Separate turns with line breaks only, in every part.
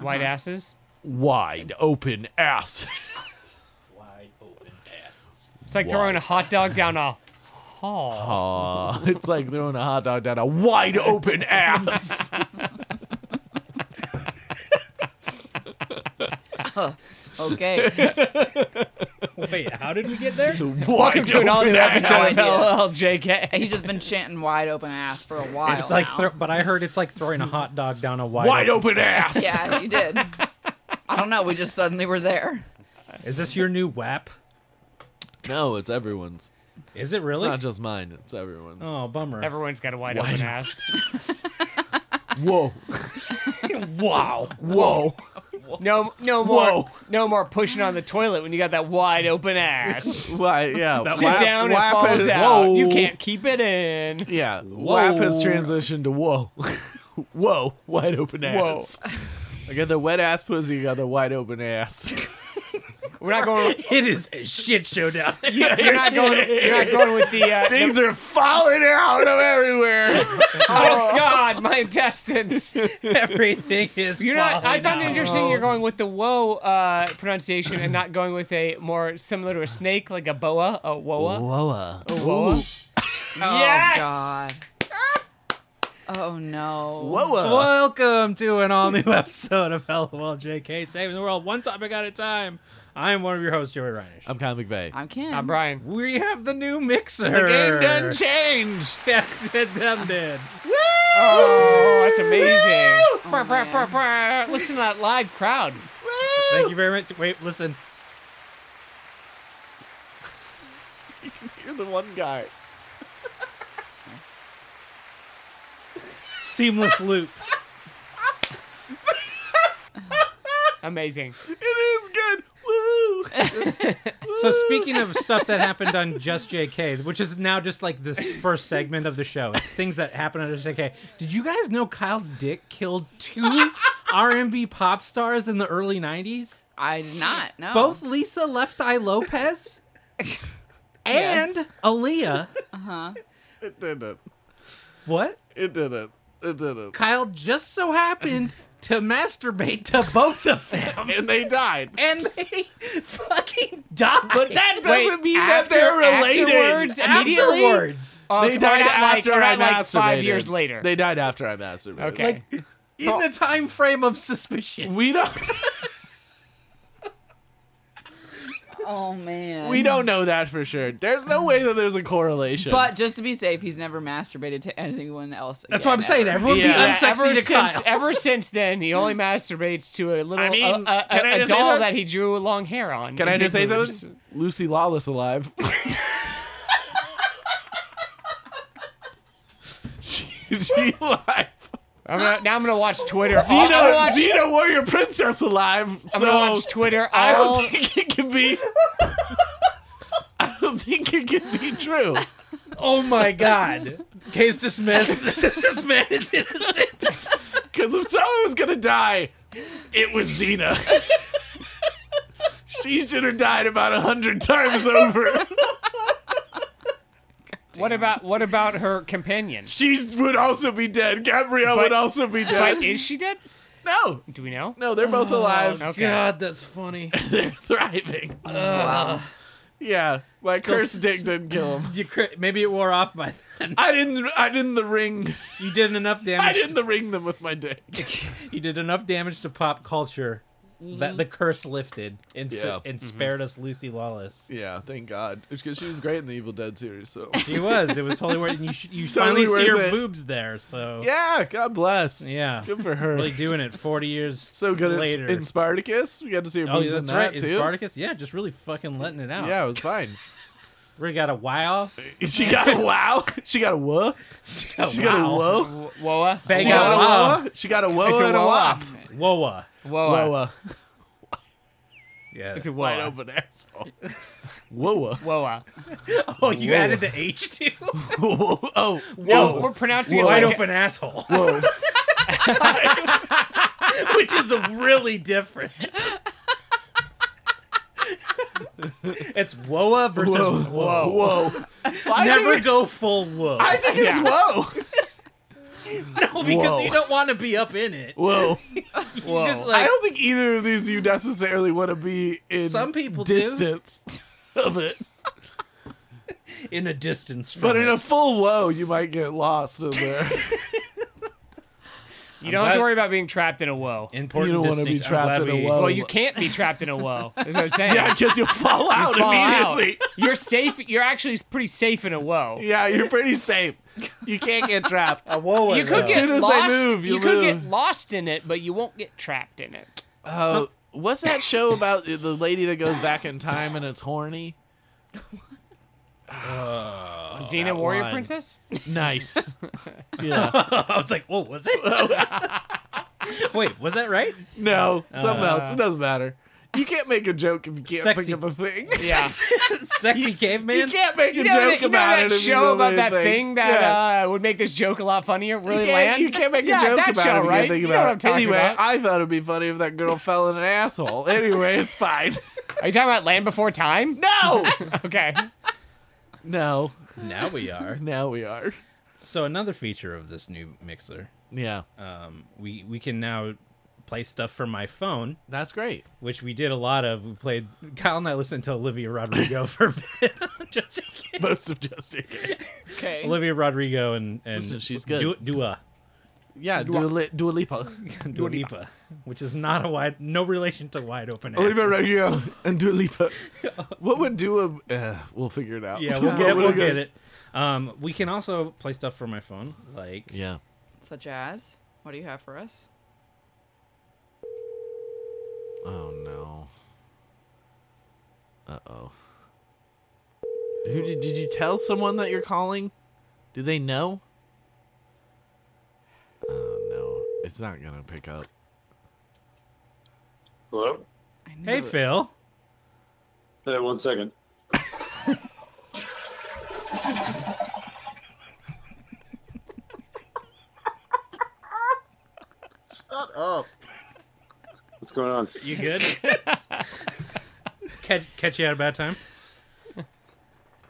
Wide asses.
Wide open ass.
Wide open asses.
It's like throwing a hot dog down a hall.
Aw, it's like throwing a hot dog down a wide open ass.
Okay.
Wait, how did we get there?
Welcome
To an all new
No
episode of
idea.
LLJK.
He's just been chanting wide open ass for a while.
It's like,
now.
thro- but I heard it's like throwing a hot dog down a wide.
Wide open ass.
yeah, you did. I don't know. We just suddenly were there.
Is this your new WAP?
No, it's everyone's.
Is it
It's
really?
not just mine. It's everyone's.
oh, bummer.
Everyone's got a wide,
Wide
open
open.
ass.
Whoa.
wow.
Whoa.
No, no more.
Whoa.
No more pushing on the toilet when you got that wide open ass.
Why? Yeah.
Sit down and falls out. You can't keep it in.
Yeah. Wap has
Whoa.
transitioned to whoa. whoa. Wide open
Whoa.
ass. I got the wet ass pussy. I got the wide open ass.
We're not going.
It is a shit show down there.
You, you're not going. You're not going with the. Uh, the
Things are falling out of everywhere.
oh God, my intestines.
Everything is.
You're not. I
falling
found it
out.
interesting. You're going with the "whoa" uh, pronunciation and not going with a more similar to a snake, like a boa, a woa,
Whoa.
a woa.
Oh,
Yes!
God. Oh no.
Whoa.
Welcome to an all new episode of LOLJK Saving the World, one topic at a time. I am one of your hosts, Joey Reinish.
I'm Con McVeigh.
I'm Kim.
I'm Uh, Brian.
We have the new mixer.
The game done changed.
Yes, it done did.
Oh, that's amazing. Brr, brr, brr, brr. Listen to that live crowd.
Thank you very much. Wait, listen.
You're the one guy.
Seamless loop.
Amazing.
It is good. Woo!
So speaking of stuff that happened on Just JK, which is now just like this first segment of the show, it's things that happened on Just JK. Did you guys know Kyle's dick killed two R&B pop stars in the early '90s?
I did not. No.
Oh.
Both Lisa Left Eye Lopez and Aaliyah.
it didn't.
What?
It didn't. It didn't.
Kyle just so happened to masturbate to both of them,
And they died.
and they fucking died.
But that
Wait,
doesn't mean that
after-
they're related.
afterwards? Immediately?
afterwards.
Oh,
They
come on,
died
not like-
after
not
I
like
masturbated.
five years later.
They died after I masturbated.
Okay.
Like,
in the time frame of suspicion.
we don't
Oh man.
we don't know that for sure. There's no way that there's a correlation.
But just to be safe, he's never masturbated to anyone else.
That's
again,
what I'm saying.
ever.
Everyone
Yeah.
be unsexy
ever
to
since,
Kyle.
ever since then, he only masturbates to a little
I mean,
a, a,
can
a,
I
a
just say
doll
that?
that he drew long hair on.
can I
and
just say
big boobs.
something? Lucy Lawless alive. she, she alive.
I'm gonna, now I'm gonna watch Twitter. all- I'm gonna
Xena,
watch,
Xena Warrior Princess alive.
I'm
so
gonna watch Twitter.
I
all-
don't think it can be. I don't think it can be true.
Oh my god. Case dismissed. This, is, this man is innocent.
Because if someone was gonna die, it was Xena. she should have died about a hundred times over.
What about what about her companion?
she would also be dead. Gabrielle
But-
would also be
But
dead.
is she dead?
no,
Do we know?
no, they're both alive.
Okay.
Oh, God, that's funny.
They're thriving. Yeah, my
Still
cursed
s-
dick didn't kill him.
You cr- maybe it wore off by then.
I didn't. I didn't the ring.
You did enough
I
damage.
didn't the ring them with my dick.
You did enough damage to pop culture that the curse lifted and, s-
Mm-hmm. Yeah. Mm-hmm.
and spared us Lucy Lawless.
Yeah, thank God. Because she was great in the Evil Dead series. So
She was. It was totally worth. And you sh- you
Totally
finally see
worth
her
it.
boobs there. So
yeah, God bless.
yeah,
good for her.
really doing it. Forty years
so good in-
later.
in Spartacus. We got to see her
oh,
boobs
yeah,
in that
that's right.
too.
In Spartacus, yeah, just really fucking letting it out.
Yeah, it was fine.
we got a wow.
she got a wow. She got a whoa. She got,
Oh, wow.
a whoa.
W- Whoa.
Bang
She
got
got
a
a
wow.
whoa. She got a whoa
It's a
and a
whoa.
wop.
Whoa.
Whoa.
Whoa.
Yeah.
It's a
Wide
whoa.
open asshole. Whoa.
Whoa.
Oh, you
Whoa.
added the H too?
Oh.
No, we're
Whoa.
pronouncing
Whoa.
it like
Wide
Whoa.
open asshole,
Oh. Whoa.
which is really different. it's Woa versus
Whoa.
Whoa.
Whoa. Why do
Never
we-
go full Whoa.
I think it's
Yeah.
whoa.
No, because
Whoa.
you don't want to be up in it.
Whoa.
Whoa.
Just
I
like
don't think either of these you necessarily want to be in
Some people do.
distance of it.
in a distance from
But
it.
in a full whoa, you might get lost in there.
You don't have to
glad-
worry about being trapped in a woe.
Important
You don't wanna be
distinction. I'm
trapped
glad
in a
we-
well.
Well, you can't be trapped in a woe. Is what I'm saying.
yeah, because you'll fall out
Fall out.
immediately.
You're safe. You're actually pretty safe in a woe.
Yeah, you're pretty safe. You can't get trapped.
A woe
You
is
could
a-
As
get
soon as they
lost.
move,
you
you
could
move.
get lost in it, but you won't get trapped in it.
Uh, what's that show about the lady that goes back in time and it's horny?
Xena
Oh, that
Warrior
line.
Princess.
Nice. yeah.
I was like, whoa, was it? Wait, was that right?
No, something
Uh,
else. It doesn't matter. You can't make a joke if you can't
Sexy-
pick up a thing.
Yeah.
Sexy
You
caveman?
can't make a
You know,
joke
that, you
about
know that
it. if you
show
don't
about
make
that
a
thing that
Yeah.
uh, would make this joke a lot funnier?
You
Really,
can't-
land?
You can't make a
yeah,
joke
that
about
show,
it. if you
Right?
Think
you
about
know what
it.
I'm talking
anyway,
about.
I thought it'd be funny if that girl fell in an asshole. Anyway, it's fine.
Are you talking about Land Before Time?
No.
Okay.
no.
Now we are.
Now we are.
So another feature of this new mixer,
Yeah.
Uh.
um, we we can now play stuff from my phone,
That's great.
which we did a lot of. We played Kyle and I listened to Olivia Rodrigo for a bit. Just kidding.
Most of just
Okay.
Olivia Rodrigo and and
Listen, she's good.
Dua, Dua,
Yeah, Dua, Li- Dua Lipa.
Dua Lipa, which is not a wide, no relation to wide open.
Olivia
Asses.
Rodrigo and Dua Lipa. What would Dua? Uh, we'll figure it out.
Yeah, we'll
What
get it.
would
We'll get it. Um, we can also play stuff from my phone, like
Yeah.
Such as, what do you have for us?
Oh no. Uh oh. Who did, did you tell someone that you're calling? Do they know? Oh no, it's not gonna pick up.
Hello?
I knew
"Hey
it.
Phil,
Hey, one second.
Shut up.
What's going on?
you good? catch catch you at a bad time."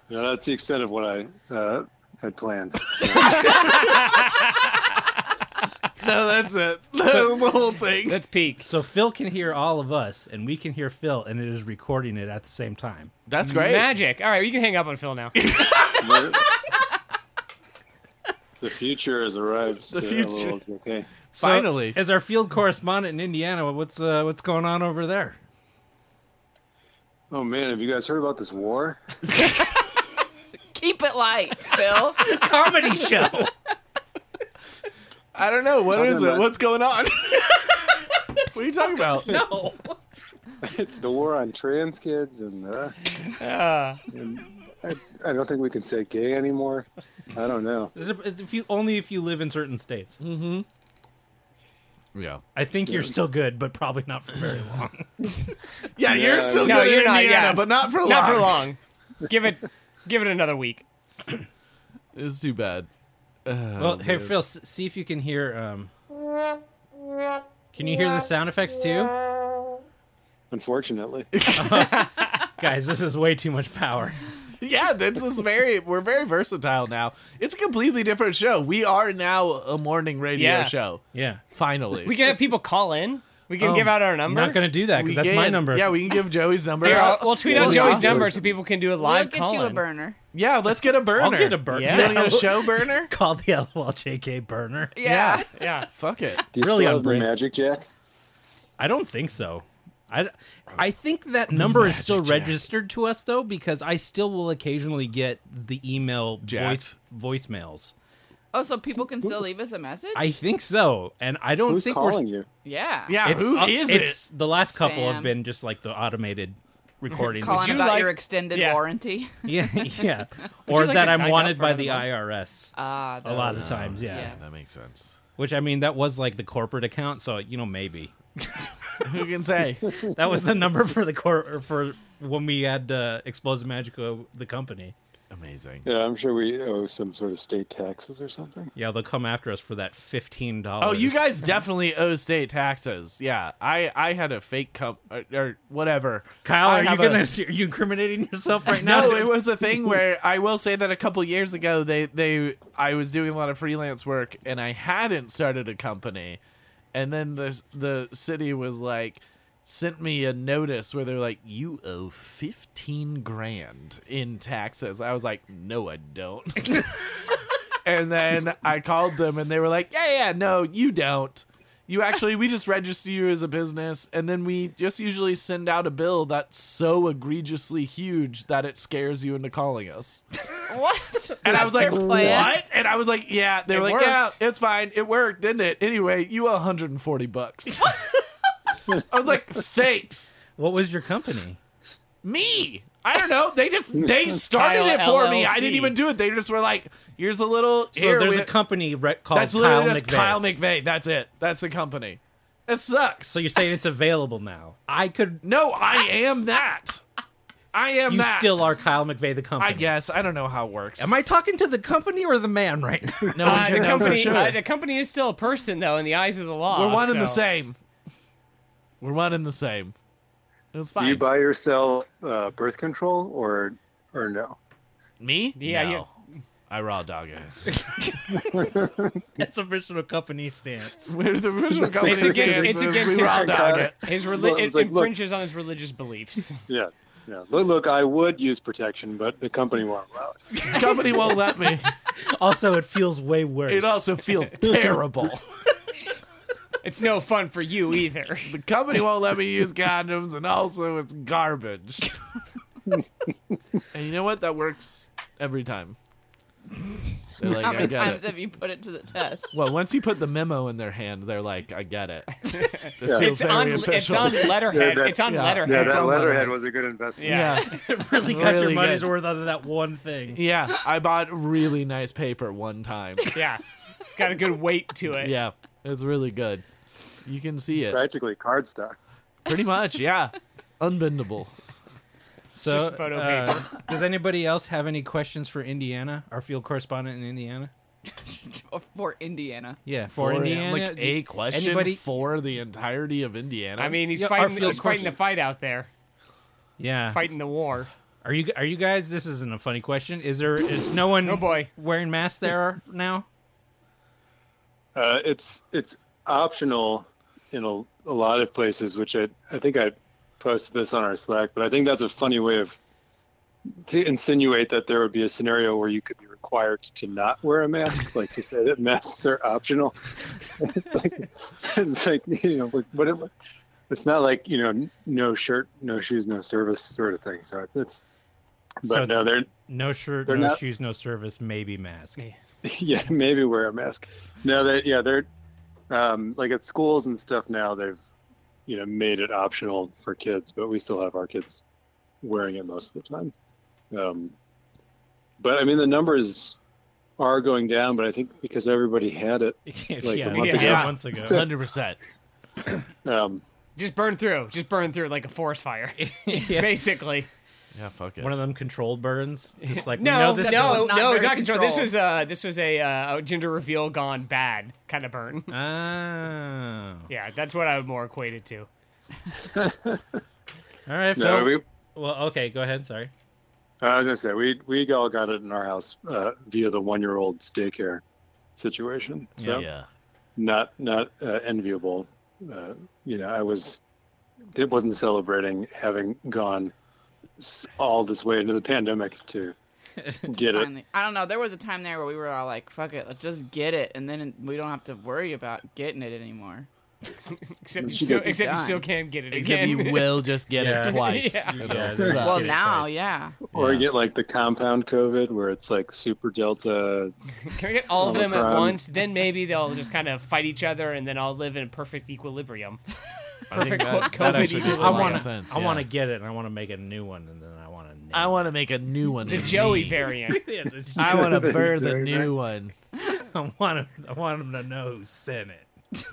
Yeah, that's the extent of what I uh, had planned.
No, that's it. That was the whole thing.
Let's peek.
So Phil can hear all of us, and we can hear Phil, and it is recording it at the same time.
That's great.
Magic. All right, you can hang up on Phil now.
the future has arrived. uh,
The
to
future.
Hello, okay.
So,
Finally.
as our field correspondent in Indiana, what's uh, what's going on over there?
Oh man, have you guys heard about this war?
Keep it light, Phil.
Comedy show.
I don't know. What
Talking
is it?
about-
What's going on? what are you talking about?
no.
It's the war on trans kids, and, uh, and I, I don't think we can say gay anymore. I don't know.
If you, only if you live in certain states.
Yeah.
I think you're still good, but probably not for very long.
Yeah, you're
Yeah,
still
no,
good in
you're not,
Indiana,
yeah.
but not for long.
Not for long. Give it, give it another week.
It's too bad.
well, hey Phil, s- see if you can hear. Um, can you hear the sound effects too,
Unfortunately,
guys? This is way too much power.
Yeah, this is very we're very versatile now. It's a completely different show. We are now a morning radio
Yeah.
show.
Yeah,
Finally.
We can have people call in. We can
Oh,
give out our number.
not gonna do that
We
because that's my
can-
number.
Yeah, we can give Joey's number.
Here, I'll- we'll tweet out
Well,
Joey's
yeah.
number so people can do a
We'll
live
get
call
you a
in.
burner.
yeah, let's get a burner.
I'll get a burner.
Yeah.
You want to get a show burner?
Call the LOLJK burner.
Yeah.
Yeah.
Fuck it.
do you
Really
still have the
unbrand-
magic, Jack?
I don't think so. I, I think that number is still
Magic Jack.
registered to us though because I still will occasionally get the email
Jacked.
voice voicemails.
Oh, so people can still leave us a message?
I think so, and I don't
Who's
think
calling
we're.
you?
yeah.
Yeah,
It's,
who
uh,
is
it's- The last couple have
Spam.
been just like the automated recordings.
Calling
you
about
like-
your extended
yeah.
warranted warranty.
yeah, yeah, or
you like
that
to sign
I'm
up
wanted
for
by
another
the
month?
IRS.
Ah,
a lot of
Oh.
times, yeah.
yeah.
it? That makes sense.
Which I mean, that was like the corporate account, so you know maybe
Who can say?
that was the number for the cor- for when we had uh, Explosive Magico, the company.
Amazing.
Yeah, I'm sure we owe some sort of state taxes or something.
Yeah, they'll come after us for that fifteen dollars.
Oh, you guys definitely owe state taxes. Yeah, I I had a fake cup or, or whatever.
Kyle,
I
are you
have
gonna
a-
are you incriminating yourself right now?
No, it was a thing where I will say that a couple years ago they they I was doing a lot of freelance work and I hadn't started a company, and then the the city was like sent me a notice where they're like you owe 15 grand in taxes i was like no i don't and then i called them and they were like yeah yeah no you don't you actually we just register you as a business and then we just usually send out a bill that's so egregiously huge that it scares you into calling us
What?
and i was like
their plan?
what and i was like yeah they were
It
like yeah
worked.
it's fine it worked didn't it anyway you owe 140 bucks i was like thanks
What was your company?
me. I don't know. They just they started
Kyle
it for me. I
LLC.
didn't even do it. They just were like, "Here's a little."
So
here,
there's
we-
a company re- called
that's
Kyle
literally just
McVeigh.
Kyle McVeigh. That's it. That's the company. It sucks.
so you're saying it's available now? I could.
no, I am that. I am
You
that.
still are Kyle McVeigh, the company.
I guess I don't know how it works.
Am I talking to the company or the man right now?
No,
Uh,
we
the
can know for
company,
sure.
uh, the company is still a person though, in the eyes of the law.
We're one and the
so-
same. We're one and the same. It's fine.
Do you buy or sell uh, birth control or or no?
me?
Yeah,
No.
you-
I raw dog it.
That's official company stance.
We're the original company.
It's against, it's
We
against
raw
his,
dog it.
his
Well,
reli-
it
it
was like, look-
infringes on his religious beliefs.
Yeah, yeah. Look, look, I would use protection, but the company won't allow it.
Company won't let me.
Also, it feels way worse.
It also feels terrible.
it's no fun for you either.
The company won't let me use condoms, and also it's garbage. and you know what? That works every time. They're like,
How
I
many
get
times
it.
have you put it to the test?
Well, once you put the memo in their hand, they're like, I get it. This
Yeah.
feels
It's
very
on, it's
official.
on letterhead.
Yeah, that-
it's on
yeah.
Yeah,
letterhead.
that
all
letterhead
letterhead.
was a good investment.
Yeah.
yeah.
really got your
really
money's
good.
worth out of that one thing.
Yeah. I bought really nice paper one time.
yeah. It's got a good weight to it.
Yeah. It's really good. You can see it.
Practically cardstock.
Pretty much. Yeah. Unbendable.
So,
just photo
uh, does anybody else have any questions for Indiana, our field correspondent in Indiana?
Or For Indiana.
Yeah, for, Indiana.
like
do-
a question
anybody-
for the entirety of Indiana.
I mean, he's
Yeah, our
fighting.
field
He's fighting the
course-
fight out there,
yeah.
fighting the war.
Are you are you guys? This isn't a funny question. Is there is no one
Oh, boy.
wearing masks there now?
Uh, it's it's optional in a, a lot of places, which I, I think I posted this on our Slack, but I think that's a funny way of to insinuate that there would be a scenario where you could be required to not wear a mask, like to say that masks are optional. it's like it's like you know like, what. am- it's not like you know n- no shirt, no shoes, no service sort of thing. So it's it's. But
So it's-
no, they're
No shirt,
They're
no
not-
shoes, no service, maybe mask.
yeah, maybe wear a mask. No, they yeah, they're um, like at schools and stuff now. They've you know made it optional for kids, but we still have our kids wearing it most of the time. Um, but I mean, the numbers are going down, but I think because everybody had it, Like
yeah,
a month
yeah,
ago.
months ago.
hundred percent.
um,
Just burn through. Just burn through like a forest fire,
Yeah.
basically.
Yeah, fuck it.
One of them controlled burns. Just like we
No,
know this
no,
was not
no.
very
It's not control. This
controlled.
was a this was a, uh, a gender reveal gone bad kind of burn.
One. Oh,
Yeah, that's what I would more equate it to.
all right, Phil.
no, we.
Well, okay, go ahead. Sorry.
I was gonna say we we all got it in our house uh, via the one year old's daycare situation. So
yeah.
not not uh, enviable. Uh, you know, I was it wasn't celebrating having gone s- all this way into the pandemic to get it.
Finally. I don't know. There was a time there where we were all like, fuck it, let's just get it. And then we don't have to worry about getting it anymore.
Except you
She
still,
got-
except you still
Done.
can't get it
Except
again.
you will just get
Yeah.
it twice.
Yeah.
It'll
Yeah,
suck.
Just
well,
get it
now,
twice.
yeah.
Or
Yeah.
get like the compound COVID where it's like super delta.
Can we get all of them at
Omicron.
once? Then maybe they'll just kind of fight each other, and then I'll live in perfect equilibrium.
I think
Perfect
that-
co-
that
COVID
actually makes a
I
lot of
wanna-
I want
wanna-
to.
sense,
I
yeah.
want to get it. and I want to make a new one, and then I want to.
I want to make a new one.
The
of
Joey
me.
variant.
I want to burn the
Very
new one.
I want him. I want him to know who sent it.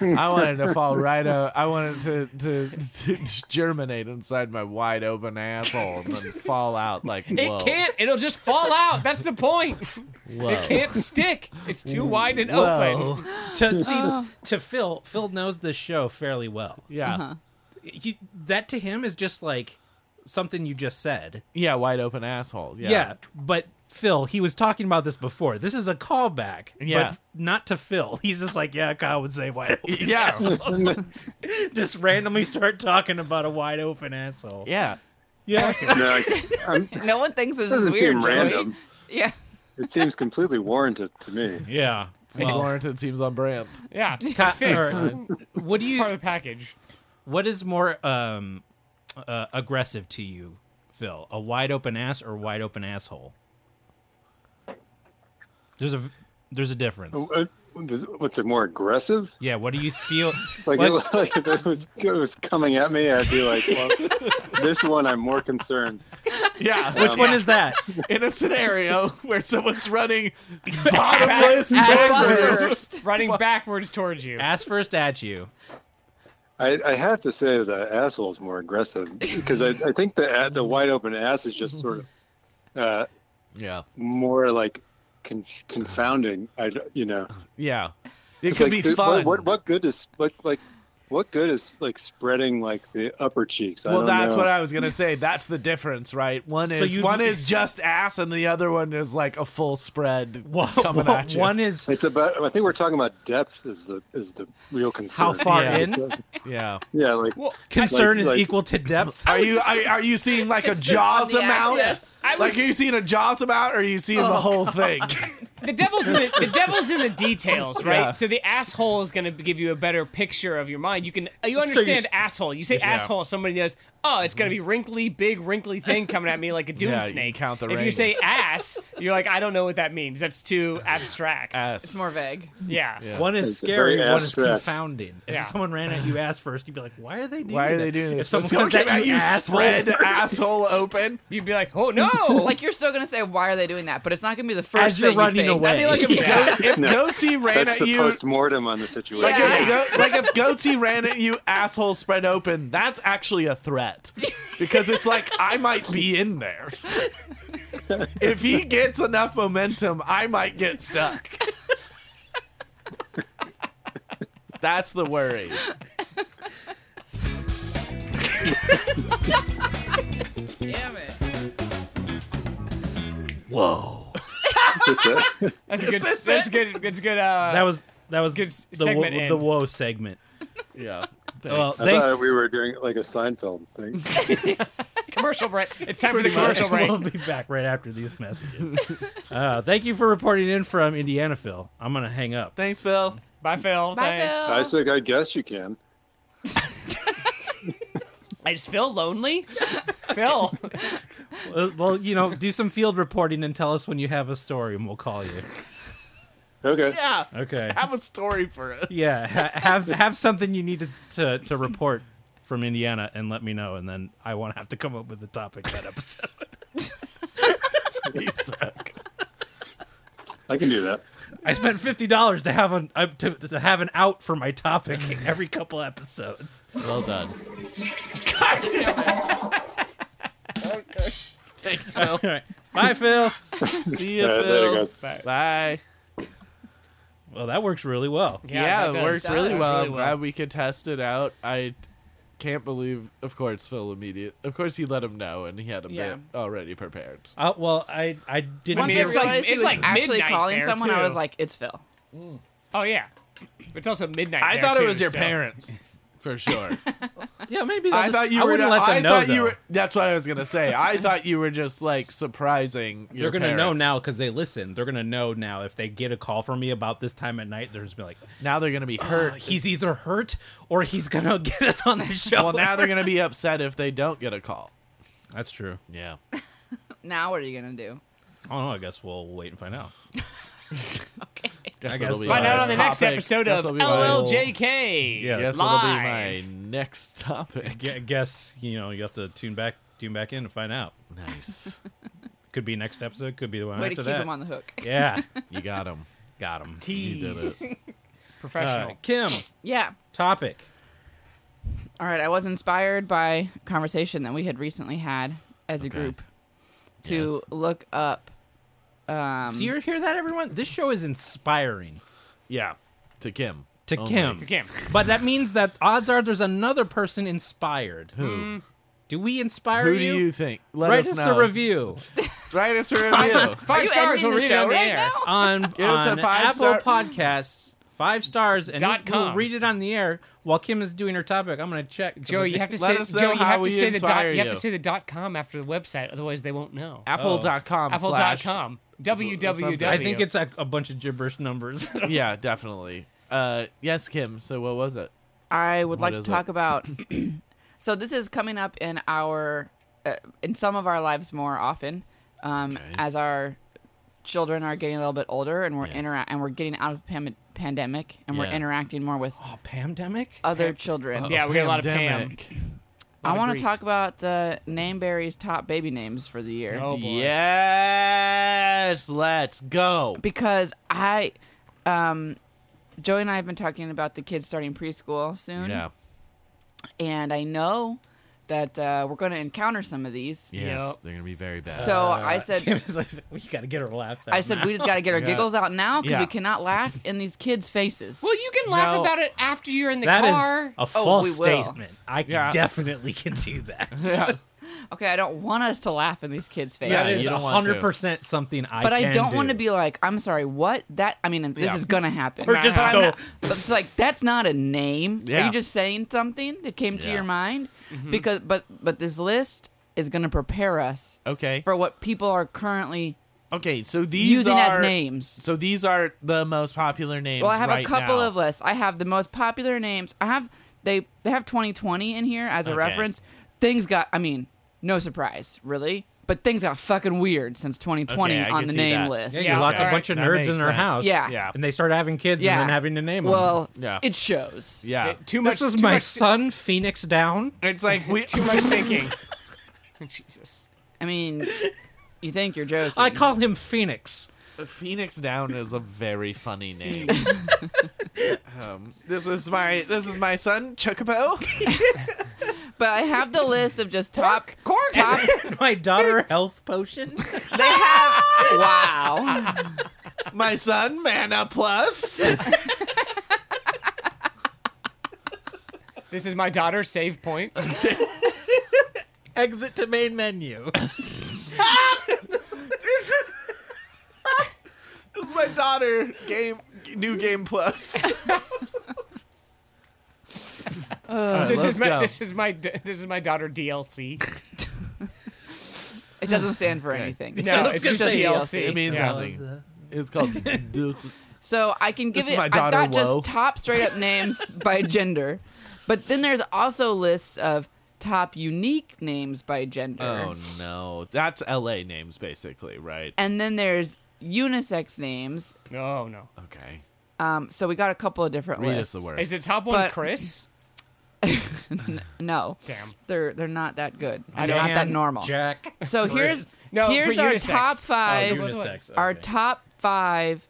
I wanted to fall right out. I wanted to, to, to germinate inside my wide open asshole and then fall out like
It
whoa.
can't. It'll just fall out. That's the point. It can't stick. It's too wide and
Whoa.
open.
to see, to Phil, Phil knows this show fairly well.
Yeah.
You, that to him is just like something you just said.
Yeah, wide open asshole. Yeah.
Yeah. but Phil, he was talking about this before. This is a callback.
Yeah.
but not to Phil. He's just like, yeah, Kyle would say wide open.
Yeah.
just randomly start talking about a wide open asshole.
Yeah.
Yeah,
No, I- I'm-
No one thinks this
it doesn't
is weird.
seem
Joey.
random.
Yeah.
It seems completely warranted to me.
yeah.
Well,
Well,
warranted seems on brand.
Yeah.
Ka-
It fits.
or, what do
It's part
you?
of the package.
What is more um, uh, aggressive to you, Phil? A wide open ass or wide open asshole? There's a there's a difference.
Uh, What's it more aggressive?
Yeah. What do you feel?
Like,
what-
it- like if it was, it was coming at me, I'd be like, well, this one I'm more concerned.
Yeah.
which one is that?
in a scenario where someone's running bottomless
Ass
chambers.
first, running backwards towards you.
Ass first at you.
I, I have to say the asshole's more aggressive because I, I think the a- the wide open ass is just sort of uh,
Yeah.
more like con- confounding. I d- you know
Yeah. It
It's
could
like,
be
dude,
fun.
What, what what good is like like what good is like spreading like the upper cheeks? I
well,
don't
that's
know.
what I was gonna say. That's the difference, right? One
So
is
you-
one is just ass, and the other one is like a full spread
Wha-
coming
wha-
at you.
One is
It's about. I think we're talking about depth is the is the real concern.
how far
Yeah.
in?
yeah.
Yeah, like
Well,
Concern
Like-
is
like-
equal to depth.
Are you are, are you seeing like a Jaws
the
amount?
axis.
I
Like
was-
are you seeing a Jaws amount, or are you seeing the whole thing?
the devil's in the, the devil's in the details, right?
Yeah.
So the asshole is going to give you a better picture of your mind. You can you
you're-
understand asshole. You say
Yeah.
asshole, somebody goes, oh, it's going to be wrinkly, big, wrinkly thing coming at me like a dune
Yeah, you
snake.
count the
if you
wrinkles.
say ass, you're like, I don't know what that means. That's too abstract.
It's more vague.
Yeah.
One is
It's
scary,
very
one is
abstract.
confounding. If
Yeah.
someone ran at you ass first, you'd be like, "Why are they doing?
Why are
that?
they doing
If
this?
someone
Someone
comes at
came at
you
you,
asshole
spread
first.
asshole open.
You'd be like, oh no!
Like you're still gonna say, why are they doing that? But it's not gonna be the first
as you're
thing you
running
think.
away,
Like if,
Yeah.
Go- if
No,
Goatee ran
that's
at
the
you,
post mortem on the situation.
Like,
Yeah.
if, go- like if goatee ran at you, asshole spread open, that's actually a threat. Because it's like, I might be in there. If he gets enough momentum, I might get stuck. That's the worry.
Damn it.
Whoa,
It's just a-
that's a good. That's good. That's good. Uh,
that was that was
Good
the wo-
segment end.
the whoa segment.
Yeah.
Well,
I
thanks.
thought we were doing like a Seinfeld thing.
commercial break. It's time for the
Pretty much.
commercial break.
We'll be back right after these messages. uh, thank you for reporting in from Indiana, Phil. I'm gonna hang up.
Thanks, Phil.
Bye, Phil.
Bye,
Thanks.
Uh-huh.
Phil.
I said, I guess you can.
I just feel lonely. Phil,
Uh, well, you know, do some field reporting and tell us when you have a story, and we'll call you.
Okay.
Yeah.
Okay.
Have a story for us.
Yeah, ha- have have something you need to, to to report from Indiana and let me know, and then I won't have to come up with the topic that episode.
You suck.
I can do that.
I spent fifty dollars to have an uh, to, to have an out for my topic every couple episodes.
Well done.
thanks, Phil.
All right, bye, Phil.
See you,
All right,
Phil.
later, guys.
Bye.
Bye.
Well, that works really well.
Yeah,
yeah,
that
it
does.
worked
That
really
works
well.
really
I'm
well.
glad we could test it out. I can't believe, of course, Phil immediate. Of course, he let him know, and he had a
Yeah.
bit already prepared.
Uh, well, I I didn't.
I
Once
mean,
I
it's like-
realized he
it's
was
like
actually
midnight
calling
there,
someone,
too.
I was like, it's Phil.
Oh yeah, it's also midnight.
I
there,
thought it
too,
was your
so-
parents. For sure,
yeah, maybe
I thought you were.
wouldn't let them
I
know.
thought you were. That's what I was gonna say. I thought you were just like surprising.
They're
Your
gonna know
parents.
now because they listen. They're gonna know now if they get a call from me about this time at night. They're just be like,
Now they're gonna be
"Uh,
hurt.
he's either hurt or he's gonna get us on the show.
well, now they're gonna be upset if they don't get a call.
That's true.
Yeah.
Now what are you gonna do?
I don't know. I guess we'll wait and find out.
Okay.
Guess
I guess
it'll be
Find
my
out on the next
topic.
episode
Guess
of
it'll be my-
LLJK.
Yeah.
Guess it'll be my
Live.
next topic.
Gu- guess you know you have to tune back, tune back in to find out.
Nice.
Could be next episode. Could be the one
Way to
after
keep
that.
him on the hook.
Yeah,
You got him.
got him.
You did it.
professional.
Uh, Kim,
Yeah.
topic.
All right. I was inspired by a conversation that we had recently had as a group to look up. Um,
Do you hear that, everyone? This show is inspiring
Yeah. To Kim.
to
Only.
Kim.
Kim,
But that means that odds are there's another person inspired.
Who?
Do we inspire
Hmm. Who do
you?
you think? Let
Write
us
us
know.
a review
Write us a review.
are
five
you
stars.
editing
We'll
the
read it
show
on the
right
air.
now?
on,
us a
on Apple
five-star-
Podcasts, five stars, and
Dot
we'll
com.
read it on the air while Kim is doing her topic. I'm gonna check. 'cause
Joe,
I
you
think-
have to
Let
say
us know
Joe, you
how
have
we
to say the dot
inspire
you have to
you.
say the dot com after the website, otherwise they won't know.
Apple.com. slash-
Apple.com. www.
I think it's a, a bunch of gibberish numbers.
Yeah, definitely. Uh, yes, Kim. So what was it?
I would
What
like
is
to talk
it?
about. so this is coming up in our, uh, in some of our lives more often, um,
Okay.
as our children are getting a little bit older and we're
Yes.
intera- and we're getting out of pam- pandemic and we're
Yeah.
interacting more with
oh, pandemic.
other children.
Yeah, we got a lot of Pam.
Pandemic.
I
of
want to
uh, Greece.
talk about the Nameberry's top baby names for the year
Oh boy.
Yes, let's go.
because I, um, Joey and I have been talking about the kids starting preschool soon,
Yeah.
and I know that uh, we're going to encounter some of these.
Yes,
Yep.
they're gonna be very bad.
So I said,
Kim is like, we gotta get her laughs out.
I said
now."
we just got to get our
Yeah.
giggles out now because
Yeah.
we cannot laugh in these kids' faces.
Well, you can laugh
No.
about it after you're in the
That is
car.
a
Oh,
false
we will.
statement. I
Yeah.
definitely can do that.
yeah.
okay, I don't want us to laugh in these kids' faces.
Yeah,
That is
you don't want to.
100% something I
but I,
can
don't
do.
want to be like, I'm sorry, what? That I mean, this
Yeah.
is gonna happen.
Or just
but I'm
go-
not- but it's like that's not a name. Are
Yeah.
you just saying something that came to
Yeah. Mm-hmm.
your mind? Because but but this list is gonna prepare us
Okay.
for what people are currently
Okay. So these
using
are
as names.
So these are the most popular names.
Well, I have
right
a couple
now.
of lists. I have the most popular names. I have they they have 2020 in here as a
Okay.
reference. Things got I mean, no surprise, really, but things got fucking weird since 2020
Okay, I
on
can
the
see
name
that.
list.
Yeah,
Yeah,
you lock
okay.
a bunch of
That
nerds
makes
in their
sense.
house.
Yeah.
Yeah.
And they start having kids
Yeah.
and then having to name them.
Well,
Yeah.
it shows.
Yeah.
It- too much.
this is
too
my
much,
son, Phoenix Down.
It's like we.
Too much thinking. Jesus.
I mean, you think you're joking.
I call him Phoenix.
Phoenix Down is a very funny name. um, this is my this is my son Chocobo.
but I have the list of just top top
My daughter, Health Potion.
they have wow.
my son Mana Plus.
This is my daughter. Save point.
Exit to main menu.
This is my daughter game new game plus.
this
let's
is my.
go.
This is my. d- This is my daughter. DLC.
It doesn't stand for anything.
No, it's just DLC.
It means
Yeah.
nothing. It's called.
So I can give
This
it.
is my
I've
daughter,
got
Woe.
just top straight up names by gender, but then there's also lists of top unique names by gender,
oh no, that's L.A. names basically, right?
and then there's unisex names.
Oh no.
Okay,
Um, so we got a couple of different
read us
lists.
the word.
Is the top one
But-
Chris?
No,
Damn.
they're they're not that good. They're not that normal.
Jack.
so here's
No, for
here's our
unisex.
top
Oh,
five.
unisex.
Our
okay.
top five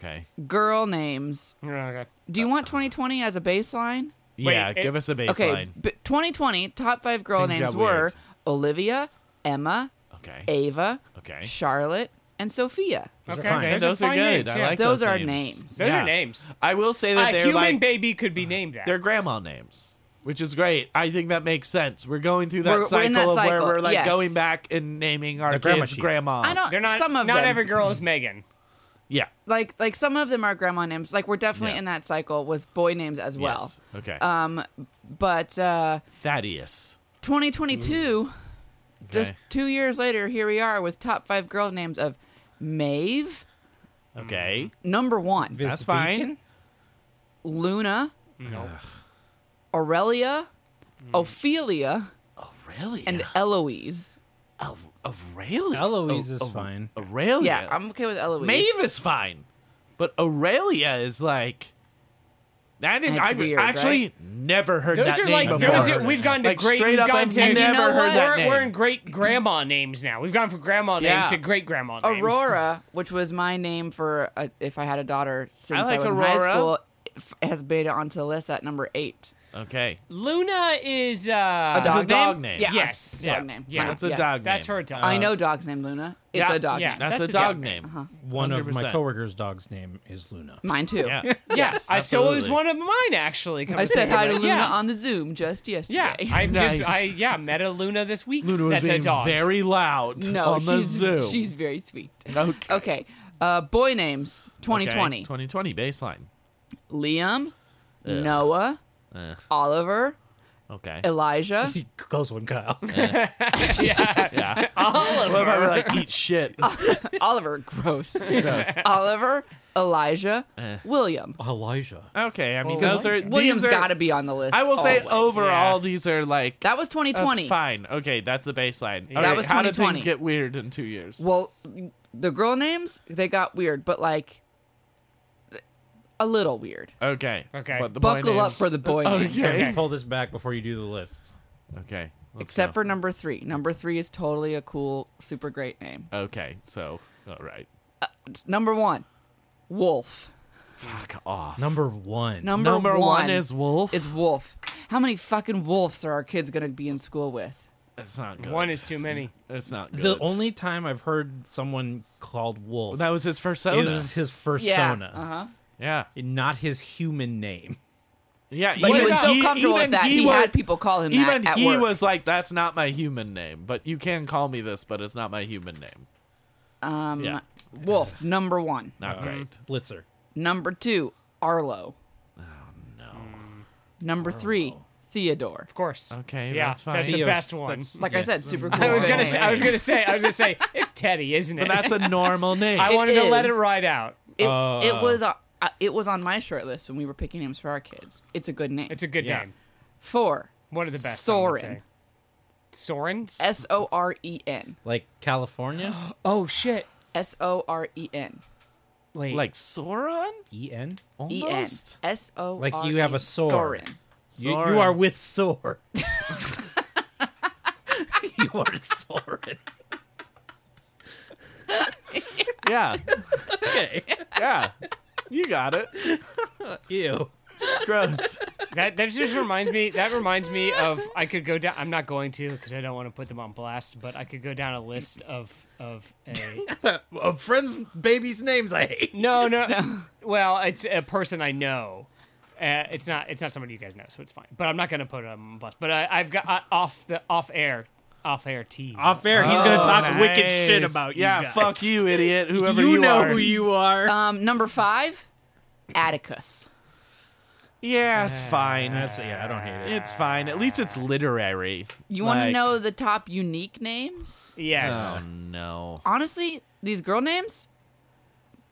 Okay.
girl names.
Oh, okay.
Do you want 2020 as a baseline?
Yeah,
it-
give us a baseline.
Okay, but 2020 top five girl
Things
names
got
were
weird.
Olivia, Emma,
Okay.
Ava,
Okay.
Charlotte, and Sophia.
Those are
Okay,
fine.
Okay,
Those,
those are
fine
good.
Names,
I
yeah.
like
Those are
names.
names.
Those
Yeah.
are names.
I will say that
A
they're
human
like
baby could be named after.
they're grandma names, which is great. I think that makes sense. We're going through that
We're-
cycle
we're in that
of where
cycle,
we're like
yes.
going back and naming our
The grandma
kids
sheet.
grandma.
I don't.
They're not.
some of
not
them,
every girl is Megan.
Yeah.
like like some of them are grandma names. Like we're definitely
Yeah.
in that cycle with boy names as well.
Yes. Okay.
Um, but uh,
Thaddeus.
2022, just
Mm. Okay.
two years later, here we are with top five girl names of Maeve,
Okay.
number one,
That's fine.
Mm-hmm. Beacon?
Luna,
No.
Aurelia,
Mm.
Ophelia,
Aurelia.
and Eloise.
Aurelia.
Eloise is fine.
Aurelia.
Yeah, I'm okay with Eloise.
Maeve is fine, but Aurelia is like. That is,
That's
I've
weird,
actually
right?
never heard
Those
that
are
name
like
before.
those are, we've gone to
Like,
great.
straight
We've
up,
gone
I've
to,
never
And you know
heard
what?
that
we're,
name.
we're in great grandma names now. We've gone from grandma names
Yeah.
to great grandma names.
Aurora, which was my name for uh if I had a daughter since I,
like
was in high
Aurora.
school, f- has made it onto the list at number eight.
Okay.
Luna is uh,
A dog,
a dog name.
Yeah.
Yes.
Dog
Yeah.
name.
Yeah.
Fine.
That's a dog
That's
name.
her dog.
I know dog's name Luna. It's
yeah,
a dog
yeah.
name.
That's,
That's
a
a
dog
dog
name.
One of my
100%.
coworkers' dog's name is Luna.
Mine too.
Yeah.
Yes. I so it was
absolutely.
one of mine actually. come to
I said
think of
hi to
it.
Luna
Yeah.
on the Zoom just
Yeah,
yesterday.
I
Nice.
just I yeah met a Luna this week.
Luna was
That's
being
a dog.
very loud
no,
on the
she's,
Zoom.
she's very sweet.
okay.
Okay. Uh, boy names 2020.
Okay, 2020 baseline.
Liam, Noah,
Ugh.
Oliver,
Okay.
Elijah,
Close one, Kyle.
Yeah. What if I
Oliver.
were like eat shit?
Oliver, gross. Oliver, Elijah,
Eh.
William.
Elijah.
okay. I mean,
Well,
those are Oh.
William's
these are-
got to be on the list.
I will say
always.
overall,
Yeah.
these are like
That was 2020.
That's fine. Okay, that's the baseline.
That
All right,
was
How did things
2020.
get weird in two years?
Well, the girl names they got weird, but like a little weird.
Okay.
Okay.
But the boy
Buckle up
names- Oh,
for the boy names.
Okay.
Pull this back before you do the list.
Okay. let's
Except
go.
for number three. Number three is totally a cool, super great name.
Okay. So, all right.
Number one, Wolf.
Fuck off.
Number one.
Number,
Number
one,
one is Wolf.
is Wolf. How many fucking wolves are our kids gonna be in school with?
It's not good.
One is too many.
It's not good.
the only time I've heard someone called Wolf
That was his first
it
soda.
was his
Yeah.
persona,
Uh-huh.
Yeah.
not his human name.
Yeah.
But he
even
was so comfortable
even
with that. He,
was-
had people call him
Even
that at
he
work.
was like, "That's not my human name, but you can call me this, but it's not my human name."
um,
yeah.
Wolf, number one.
Not great.
Blitzer.
Number two, Arlo.
Oh,
no. Number three, Theodore.
Of course.
Okay,
Yeah,
that's fine.
that's the
Theo's-
best one.
That's-
Like I
yeah.
said, super cool.
I was gonna
name.
say, I was gonna say I was gonna say it's Teddy, isn't it?
But that's a normal name.
I
It
wanted to let
is.
it ride out.
It,
Uh.
it was uh, uh, it was on my short list when we were picking names for our kids. It's a good name.
It's a good
Yeah.
name.
Four.
One of the best. I would
Soren.
say. Soren.
S O R E N.
Like California?
Oh shit.
S O R E N.
Wait.
like Sauron,
E N?
E N.
almost.
S O. E
Like you have a sword.
Soren.
You,
Soren.
you are with Sor. you are Soren.
Yeah,
Okay.
yeah, you got it.
Ew.
Gross.
That that just reminds me. That reminds me of I could go down. I'm not going to because I don't want to put them on blast. But I could go down a list of of a
Of friends' babies' names I hate.
no no. Well, it's a person I know. Uh, it's not it's not somebody you guys know, so it's fine. But I'm not going to put them on blast. But I, I've got uh, off the off air off air tease.
Off air, he's
Uh,
going to talk
Oh,
wicked
Nice.
shit about you.
Yeah,
guys.
fuck you, idiot. Whoever you,
You know
are.
who you are.
Um, number five, Atticus.
Yeah, it's fine.
That's, yeah, I don't hate it.
it's fine. At least it's literary.
You want to
Like-
know the top unique names?
Yes.
Oh no.
Honestly, these girl names.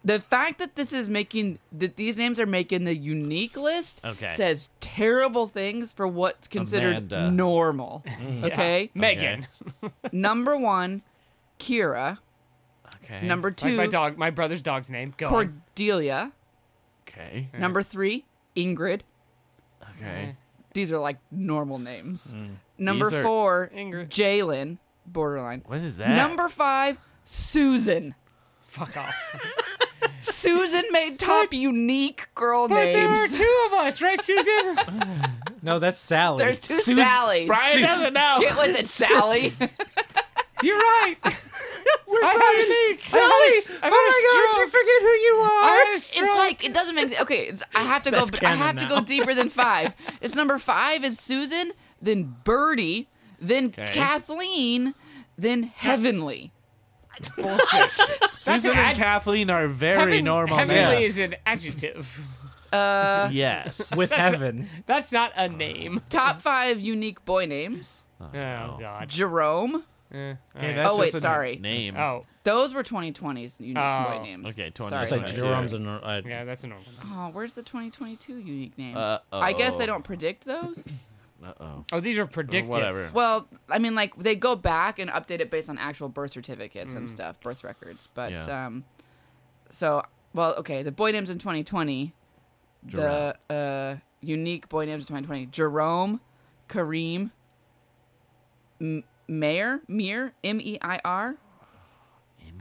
The fact that this is making that these names are making the unique list
Okay.
says terrible things for what's considered
Amanda.
normal. Okay,
Megan.
number one, Kira.
Okay.
Number
Like
two,
my dog, my brother's dog's name. Go on.
Cordelia.
Okay.
Number three, Ingrid.
Okay.
These are like normal names. Number
Mm. These are-
four,
Ingrid.
Jalen. Borderline.
What is that?
Number five, Susan.
Fuck off.
Susan made top unique girl
But there are
names.
two of us, right, Susan?
No, that's Sally.
There's two
Susan-
Sallys.
Brian doesn't know.
Get with it, Sally.
You're right. We're so unique. Sally. oh my god, you forget who you are. I had a
it's
stroke.
like it doesn't make. Okay, it's, I have to go.
That's
I have
canon
to go
now.
deeper than five. It's number five is Susan, then Birdie, then Kathleen, then Heavenly.
bullshit.
Susan
an
and
ad-
Kathleen are very normal
Heavenly
names.
is an adjective.
Uh,
yes.
With heaven.
That's not a name.
top five unique boy names:
Oh, God.
Jerome.
Eh,
Okay,
alright.
that's
Oh, wait,
just a
sorry.
Name.
Oh, those.
Those were 2020's unique
Oh,
boy names.
okay,
Sorry.
2020s.
It's
Sorry.
like
Sorry.
Jerome's and I,
Yeah, that's a normal. Name.
Oh, where's the 2022 unique names?
Uh-oh.
I guess they don't predict those.
Uh oh.
Oh, these are predictive.
Whatever.
Well, I mean, like they go back and update it based on actual birth certificates and stuff, birth records. But
Mm. Yeah.
um, so well, okay. The boy names in 2020, the uh, unique boy names in 2020: Jerome, Kareem, M- Mayer, Mir, M E I R.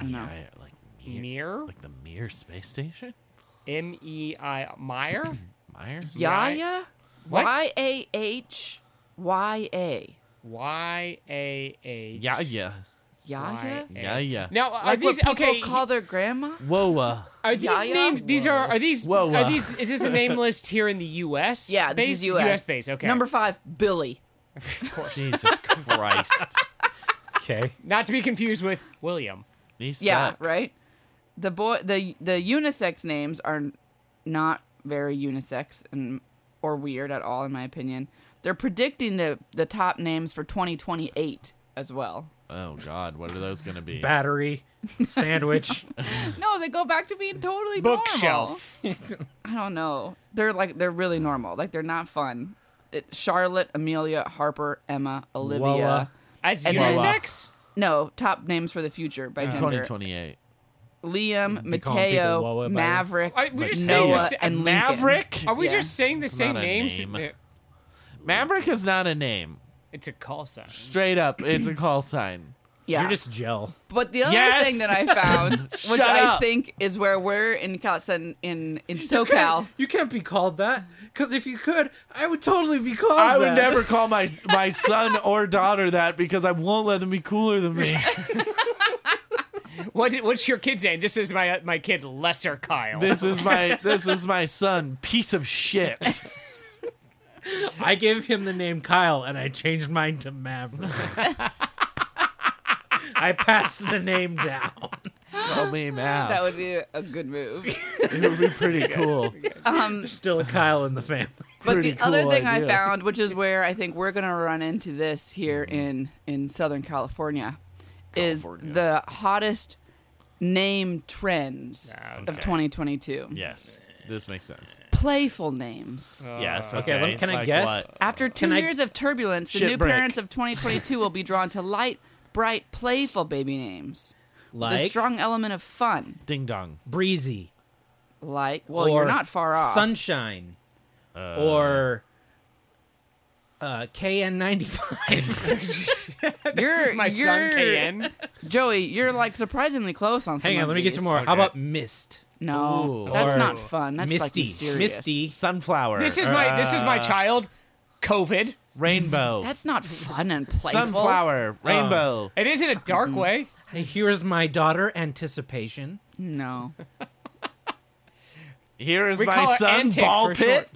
MEI, like, Mir-
Mir,
like the Mir space station?
M E I Meyer,
Meyer?
Yaya?
What?
Y A H Y A.
Y A A
Yeah, yeah.
Yaya?
Y-
Yeah, yeah.
Now are
Like
these
what people
okay?
call their grandma?
Whoa, uh,
Are these
Yaya?
names? These are are these
Whoa,
are
uh.
these? Is this the name list here in the U.S.?
Yeah, this
based?
is US.
based. Okay,
Number five, Billy.
of course.
Jesus Christ.
Okay.
Not to be confused with William.
These
Yeah,
suck.
right. The boy, the the unisex names are not very unisex and or weird at all, in my opinion. They're predicting the the top names for 2028 as well.
Oh God, what are those gonna be?
Battery, sandwich.
No, they go back to being totally normal.
Bookshelf.
I don't know. They're like they're really normal. Like they're not fun. It, Charlotte, Amelia, Harper, Emma, Olivia.
Lola.
That's
And then-
unisex.
No, top names for the future by gender.
Twenty twenty eight.
Liam,
They calling people
Mateo,
Lola by the-
Maverick,
Are we just saying
Noah,
this-
and Lincoln.
Maverick.
Are we
Yeah.
just saying the same
not a
names?
name. Maverick is not a name.
It's a call sign.
Straight up, it's a call sign.
Yeah.
You're just gel.
But the other
Yes!
thing that I found,
Shut
which I
up.
think is where we're in Cal, in in, in SoCal,
You can't be called that. Because if you could, I would totally be called
I would
that.
never call my my son or daughter that because I won't let them be cooler than me.
What, what's your kid's name? This is my uh, my kid, Lesser Kyle.
This is my this is my son, piece of shit.
I gave him the name Kyle and I changed mine to Maverick. I passed the name down.
Call me Mav.
that would be a good move.
it would be pretty cool.
There's still a Kyle in the family.
But
Pretty
the other
cool
thing I
idea.
found, which is where I think we're gonna run into this here in in Southern California,
Mm-hmm. California.
is the hottest name trends
Ah,
of
okay.
2022.
Yes, this makes sense.
Playful names.
Yes.
Uh,
Okay.
Okay, let me- can I
like
guess?
what?
After two
Can I-
years of turbulence, the
Shit
new
break.
parents of 2022 will be drawn to light, bright, playful baby names. with a
Like
strong element of fun.
Ding dong.
breezy.
Like, well,
or
you're not far off.
Sunshine. or uh, KN95.
you're,
This is my son,
you're-
KN.
Joey, you're like surprisingly close on. Some
Hang on,
of
let me get
these.
some more.
Okay.
How about Mist?
No,
Ooh.
that's
Or
not fun. That's like
Misty.
mysterious.
Misty.
Sunflower.
This is my this is my
Uh,
child, COVID.
rainbow.
That's not fun and playful.
Sunflower. Rainbow.
It is in a dark
Mm-hmm.
way.
Hey, here's my daughter, Anticipation.
No.
Here is
We
my
call it
son,
antic
ball
for
pit.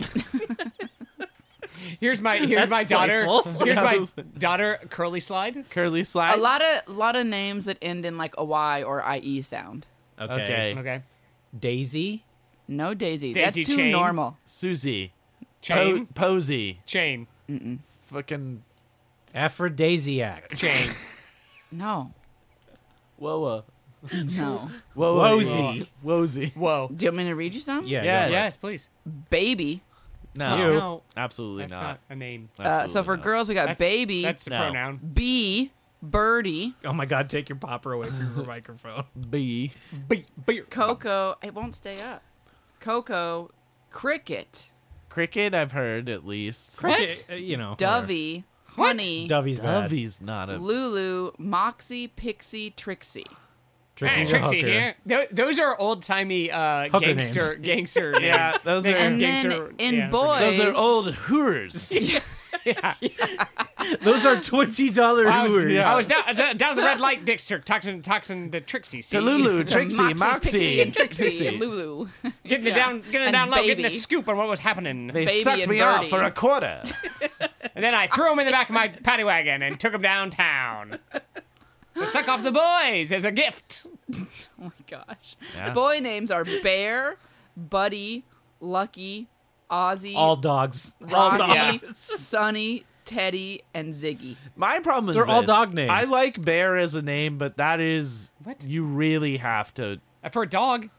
Here's my here's
That's
my daughter.
playful.
Here's my
Yeah.
daughter curly slide.
Curly slide.
A lot of lot of names that end in like a Y or IE sound.
Okay.
Okay.
Okay.
Daisy.
No Daisy.
Daisy
that's too
Chain.
normal.
Susie. Po-
Chain.
Posy.
chain.
Fucking
Aphrodisiac.
Chain.
No.
Whoa.
No.
Whoa.
Wozy.
Wozy.
Whoa.
Do you want me to read you some?
Yeah.
Yes.
Yes, please.
Baby.
No.
Ew.
No,
Absolutely
that's not a name.
Uh,
Absolutely
so for
not.
girls, we got
That's,
baby,
That's a
No.
pronoun.
bee, birdie,
Oh my God! Take your popper away from your microphone.
B.
Be- be-
coco. It won't stay up. Coco, cricket,
Cricket, I've heard at least.
Cricket, uh, you know.
dovey, honey,
whatever. Dovey's bad.
Lovey's not a.
Lulu, Moxie, Pixie, Trixie.
Hey,
Trixie's a
Trixie
hooker.
here. Tho- Those are old timey uh,
Hooker
gangster gangster.
Yeah, those are
And
Gangster-
then in
yeah.
boys,
those are old hooers.
Those are twenty dollar
I was,
lures.
I was down, I was down at the red light district talking, talking to Trixie. See?
To Lulu,
the
Trixie, Moxie,
Pixie, and Trixie,
Trixie.
and Lulu. Oh
Getting it
Yeah.
down, getting it
And
down low, getting a
baby.
scoop on what was happening.
They
Baby
sucked
and
me off
Birdie.
for a quarter.
And then I threw him in the back of my paddy wagon and took him downtown. They Suck off the boys as a gift.
Oh my gosh.
Yeah.
Boy names are Bear, Buddy, Lucky, Ozzy,
all dogs. All
Rocky,
dogs.
Sunny, Teddy, and Ziggy.
My problem is
They're all
this.
dog names.
I like bear as a name, but that is
What?
you really have to.
uh, For a dog,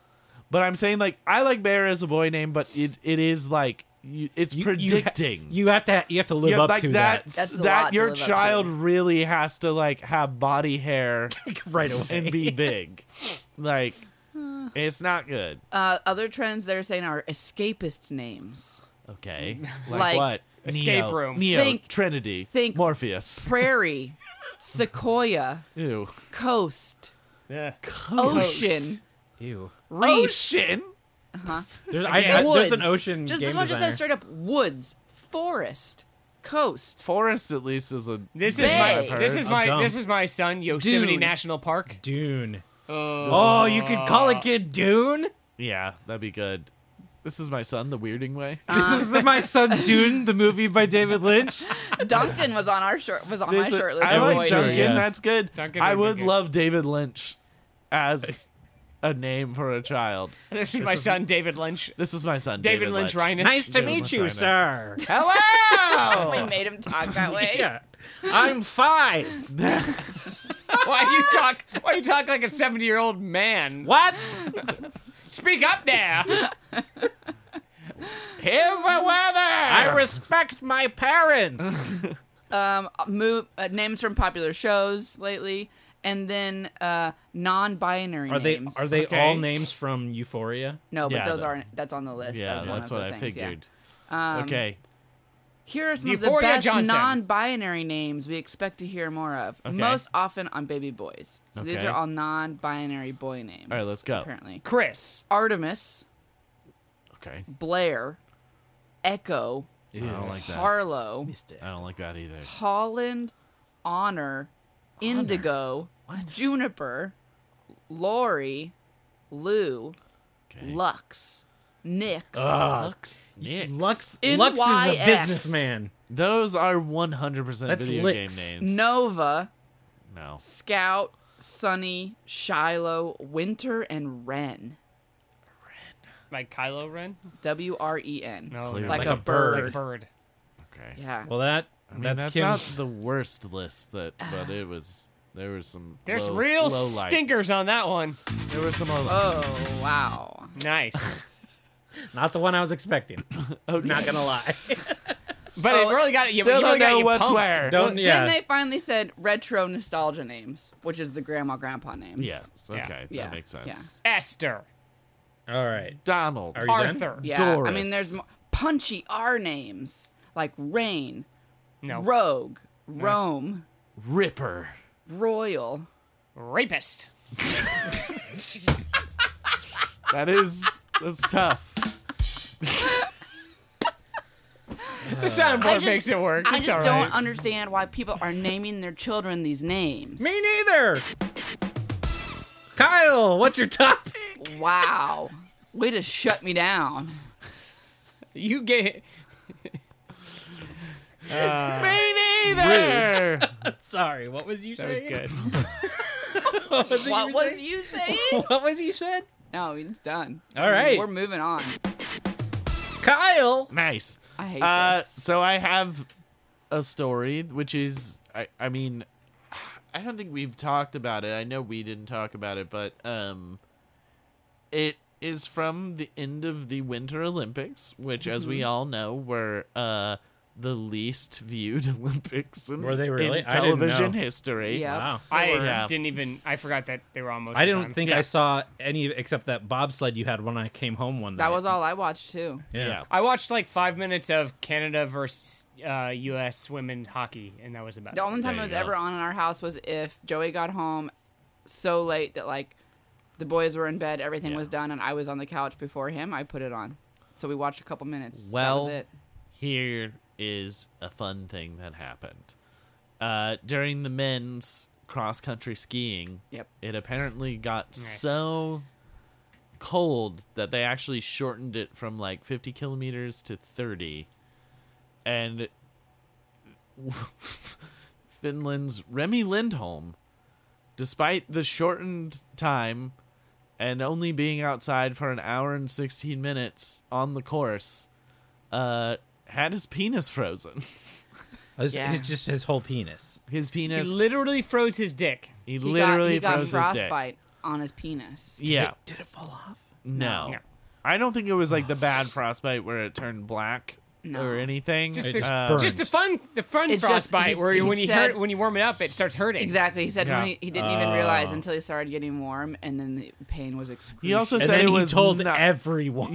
But I'm saying like I like bear as a boy name, but it, it is like you, it's
You- you ha-
predicting.
You, have to. You have to live
Yeah,
up
like
to that,
that's-
That's a lot
that
to
your
live up to.
child really has to like have body hair
right away.
and be big. like it's not good.
Uh, other trends they're saying are escapist names.
Okay.
Like
what?
escape
Neo,
room.
Neo,
Think-
Trinity.
think-
Morpheus.
Prairie, Sequoia,
Ew.
Coast,
yeah.
Ocean,
Ew.
Reef,
Ocean.
There's, I,
Again.
I- there's an
Woods.
ocean.
Just
game
this one just
designer.
says straight up woods, forest, coast.
Forest at least is a
This
name
is
Bay.
my
I've
this
heard.
is
A
my
dump.
this is my son Yosemite
Dude.
National Park.
Dune.
Oh,
Oh, you could call
Uh.
a kid Dune.
yeah, that'd be good. This is my son, the weirding way.
this
Uh.
is the, my son Dune, the movie by David Lynch.
Duncan was on our short was on my
This is-
short list.
I
of
like
boy
Duncan.
Duncan.
names.
yes.
That's good.
Duncan
I
would be
would
good.
love David Lynch as a name for a child.
this is my son David Lynch.
This is my son,
David,
David, Lynch.
Lynch, Rhinus.
nice to
David
meet
Lynch, I
you,
know.
sir.
Hello.
We made him talk that way.
Yeah, I'm five.
Why do you talk? Why do you talk like a seventy-year-old man?
What?
Speak up there.
Here's the
I
weather.
respect my parents.
Um, move uh, names from popular shows lately, and then uh, non-binary
Are they
names.
are they
Okay.
all names from Euphoria?
No, but
Yeah,
those
the-
aren't. That's on the list. That
yeah,
was one
that's
of
what
the
I
things, yeah.
figured.
Um,
okay.
Here are some
Euphoria
of the best
Johnson.
non-binary names we expect to hear more of. Most often on baby boys. So these
Okay.
are all non-binary boy names.
All right, let's go.
Apparently,
Chris.
Artemis,
Okay.
Blair, Echo,
I don't like that.
Harlow,
I don't like that either.
Holland, Honor, Indigo, Juniper, Lori, Lou,
Okay.
Lux, Nix.
Lux. Nix.
Lux
NYX.
Lux is a businessman.
Those are 100%
That's
video
licks.
game names.
Nova,
No.
Scout, Sunny, Shiloh, Winter, and Wren.
Like Kylo Ren?
W R E N.
No,
Clear.
no,
Like,
like,
a,
a
bird.
like bird.
Okay.
Yeah.
Well, that
I mean,
that's,
that's,
Kim's.
not the worst list that but it was there was some
There's
low-
real
low lights.
stinkers on that one.
There were some low lights.
oh, wow.
Nice,
Not the one I was expecting. Not gonna lie.
but
Oh,
it really got you.
Still
you
don't
really got
know
you
what's
pumped.
where.
Don't yeah.
Then they finally said retro nostalgia names, which is the grandma grandpa names.
Yes.
Yeah.
Okay.
Yeah.
That makes sense.
Yeah.
Esther,
All right.
Donald.
Are you- done?
Arthur.
Yeah. I
Doris.
mean, there's mo- punchy R names like Rain,
No.
Rogue, Rome,
Ripper.
Royal.
Rapist.
That is that's tough.
The soundboard
just-
makes it work.
I
It's
just
all
don't
right.
understand why people are naming their children these names.
Me neither. Kyle, what's your topic?
Wow. Way to shut me down.
You get.
Me neither.
Sorry, what was you
That was
saying?
good.
What was, it
What
you
was
saying?
you saying?
What was you said?
no, it's done.
All right.
We're moving on.
Kyle.
nice.
I hate
Uh,
this.
so I have a story, which is, I, I mean, I don't think we've talked about it. I know we didn't talk about it, but um, it is from the end of the Winter Olympics, which, as
Mm-hmm.
we all know, were uh the least viewed Olympics in,
Were they
in
really? I didn't
television
know.
history.
Yeah.
Wow.
I
Yeah.
didn't even. I forgot that they were almost.
I didn't think
Yeah.
I saw any except that bobsled you had when I came home one night.
That was all I watched too.
Yeah.
Yeah.
I watched like five minutes of Canada versus uh, U.S. women hockey, and that was about.
The
it.
only time
There
it
you
was
go.
ever on in our house was if Joey got home so late that like the boys were in bed, everything
Yeah.
was done, and I was on the couch before him. I put it on, so we watched a couple minutes.
Well,
that was it.
here is a fun thing that happened. Uh, during the men's cross country skiing,
Yep.
it apparently got
Nice.
so cold that they actually shortened it from like 50 kilometers to 30. And Finland's Remy Lindholm, despite the shortened time and only being outside for an hour and 16 minutes on the course, uh, had his penis frozen.
It's,
Yeah.
it's just his whole penis.
His
He
penis.
literally froze his dick.
he
He
literally
got, he
froze
got
his dick.
frostbite on his penis.
Yeah.
Did it fall off?
No.
No.
I don't think Oh. it was like the bad frostbite where it turned black or anything.
Just,
It
the,
just
Uh,
burned.
just the fun, the fun
It's just-
frostbite
he's-
where
he
when you
said-
hurt, when you warm it up, it starts hurting.
Exactly. He said
Yeah.
when he, he didn't even realize
Oh.
until he started getting warm, and then the pain was excruciating.
he also
And
said
then
it
he
was
told
not-
everyone.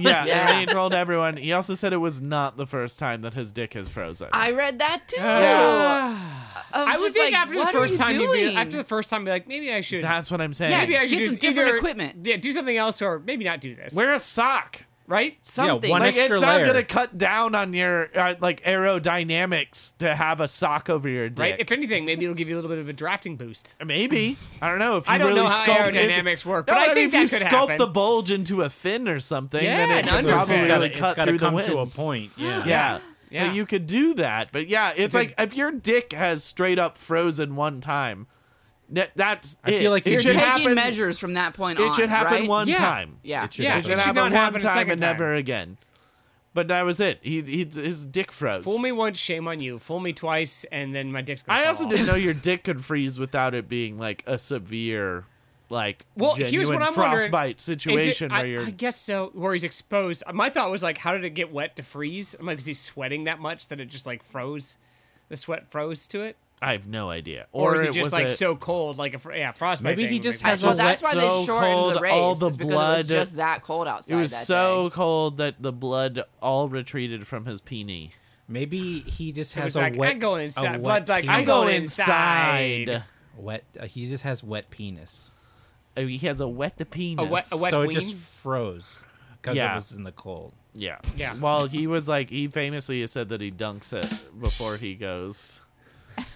Yeah,
Yeah.
and he told everyone. He also said it was not the first time that his dick has frozen.
I read that too.
Ah. I would think after the first time
you
you'd be after the first time be like maybe I should
That's what I'm saying.
maybe I should
Get
do
some different
either-
equipment.
Yeah, do something else or maybe not do this.
Wear a sock.
right?
Something.
one
Like it's
extra
not
layer.
gonna cut down on your uh, like aerodynamics to have a sock over your dick.
Right. If anything, maybe it'll give you a little bit of a drafting boost.
Maybe I don't know if you
I don't
really
know how
sculpt
aerodynamics
if,
work,
No,
but I
mean,
think
if
that
you
could
sculpt
happen.
the bulge into a fin or something,
Yeah,
then it
an
can
underfin.
probably
It's gotta-
really cut
gotta
through the
come
wind.
to a point. Yeah.
Yeah.
Yeah.
But you could do that. But yeah, it's like if your dick has straight up frozen one time, ne- that's
I
it.
feel like
it
you
You're
should
taking
happen.
measures from that point on.
it should happen
right?
one
Yeah.
time.
Yeah.
It should
Yeah.
It
happen.
should
should
happen
not
one
happen a
time
second
and
time.
never again. But that was it. He, he his dick froze.
Fool me once, shame on you. Fool me twice, and then my dick's gonna
I
fall
also
off.
didn't know your dick could freeze without it being like a severe, like
Well, here's
genuine
what I'm wondering.
frostbite
Is it-
situation
I,
where you're.
I guess so. Where he's exposed. My thought was like, how did it get wet to freeze? I'm like, is he sweating that much that it just like froze? The sweat froze to it,
I have no idea.
or, is
it
it just
was
like
a-
so cold, like a fr- yeah frostbite?
Maybe he
thing
just
would
has
make
Well,
sense.
a
that's
wet-
why they
so
shortened
cold,
the race.
all the
is because it was
blood-
just that cold outside.
It was
that
so
day.
cold that the blood all retreated from his peenie.
Maybe he just
It was
has a
like,
wet.
I'm going inside.
A wet
Blood's like,
penis.
I'm going inside.
Wet. Uh, he just has wet penis.
Uh, He has a wet the penis.
wet- a wet-
so it just
ween?
froze because
Yeah.
it was in the cold.
yeah.
Yeah.
Well, he was like he famously has said that he dunks it before he goes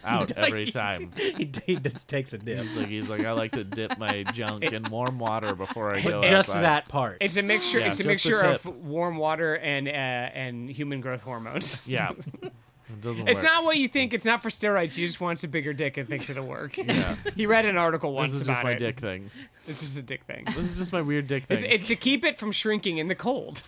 out every time.
he, he just takes a dip.
He's like, he's like, I like to dip my junk in warm water before I go.
Just
outside."
that part.
It's a mixture.
Yeah,
it's a
just the
mixture of
tip.
warm water and uh, and human growth hormones.
Yeah. It doesn't
It's
work.
not what you think. It's not for steroids. He just wants a bigger dick and thinks it'll work. Yeah. he read an article once
This is
about
just my
it.
dick thing.
It's just a dick thing.
This is just my weird dick
It's,
thing.
it's to keep it from shrinking in the cold.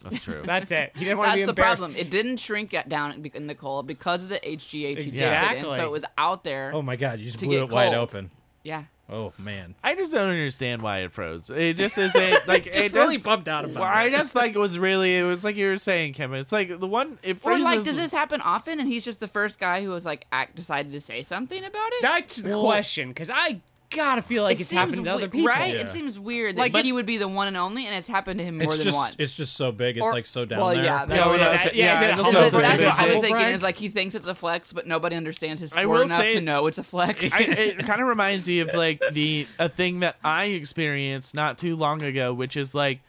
That's true.
That's it. He didn't want to be
That's the
embarrassed.
problem. It didn't shrink it down in the cold because of the HGH he dipped it in,
Exactly.
so it was out there.
oh my god! You just
To
blew it
get
wide
cold.
open.
Yeah.
Oh man!
I just don't understand why it froze. It just isn't like it,
It's really
just-
bummed out about
Well,
it.
I just like it was really. It was like you were saying, Kevin. It's like the one. It
Or
freezes.
like, does this happen often? And he's just the first guy who was like, act, decided to say something about it.
That's the question, because I gotta feel like
it
it's
seems
happened to other
we-
people.
right?
Yeah.
It seems weird that
Like,
he would be the one and only, and it's happened to him more
It's
than
just
once.
it's just so big. It's
Or-
like so down
well,
there.
yeah, that-
No,
Yeah,
no,
that-
it's a-
yeah,
yeah,
that's
it's
also
also
That's
a
that's
big
what I was
deal.
thinking.
Right.
Is like he thinks it's a flex, but nobody understands his
I
sport
will
enough
say-
to know it's a flex.
I, it kind of reminds me of like the a thing that I experienced not too long ago, which is like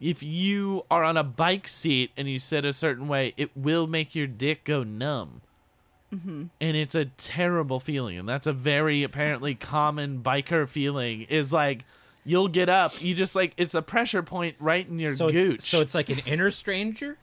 if you are on a bike seat and you sit a certain way, it will make your dick go numb. And it's a terrible feeling, and that's a very apparently common biker feeling. Is like you'll get up, you just like it's a pressure point right in your
so
gooch.
It's, so it's like an inner stranger.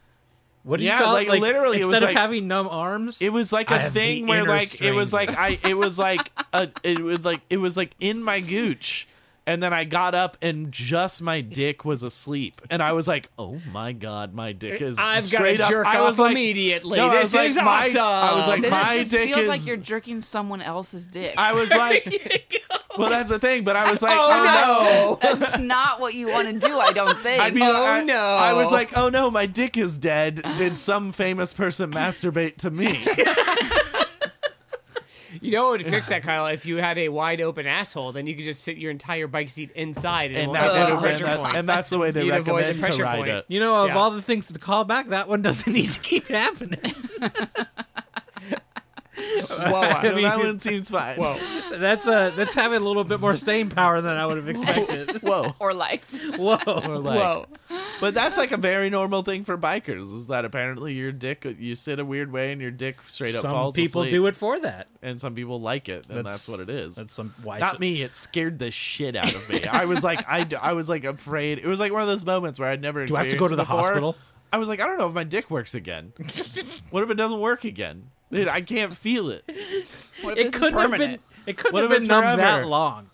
What do
Yeah,
you call
like,
it?
literally, it was
instead of
like-
having numb arms,
It was like
I
a
have
thing
the
where
inner
like it was like
stranger.
I it was like a it was like it was like in my gooch and then I got up and just my dick was asleep and I was like, "Oh my god, my dick is
I've got
straight
to
up."
jerk
I was
off
like,
immediately.
No,
this
I was
is
like, my,
awesome.
I was like,
then
my
it just
dick
feels
is.
like you're jerking someone else's dick.
I was like, well, that's the thing. But I was like,
oh no!
That's not what you want to do. I don't think.
I'd be
Oh,
like, I,
no.
I was like, oh no, my dick is dead. Did some famous person masturbate to me?
You know what would fix that, Kyle? If you had a wide open asshole, then you could just sit your entire bike seat inside and,
And,
it
that would
won't have a
have been,
pressure
that,
point.
and that's the way they
You'd avoid the
recommend to
pressure
ride
point.
it.
you know, of
Yeah.
all the things to call back, that one doesn't need to keep happening.
Whoa, uh,
that one seems fine.
whoa.
that's uh that's having a little bit more staying power than I would have expected.
Whoa.
or liked.
Whoa.
Or like-
Whoa.
But that's like a very normal thing for bikers is that apparently your dick, you sit a weird way and your dick straight up
Some
falls
people
asleep,
do it for that.
And some people like it, and that's, what it is.
That's some why
Not me. It scared the shit out of me. I was like, I, I was like afraid. It was like one of those moments where I'd never.
Do I have to go
experienced
to the
before.
hospital?
I was like, I don't know if my dick works again. what if it doesn't work again? Dude, I can't feel it.
What if
It
this is
couldn't have
permanent?
been. It couldn't
What
have
if
been
it's
numb
forever?
that long.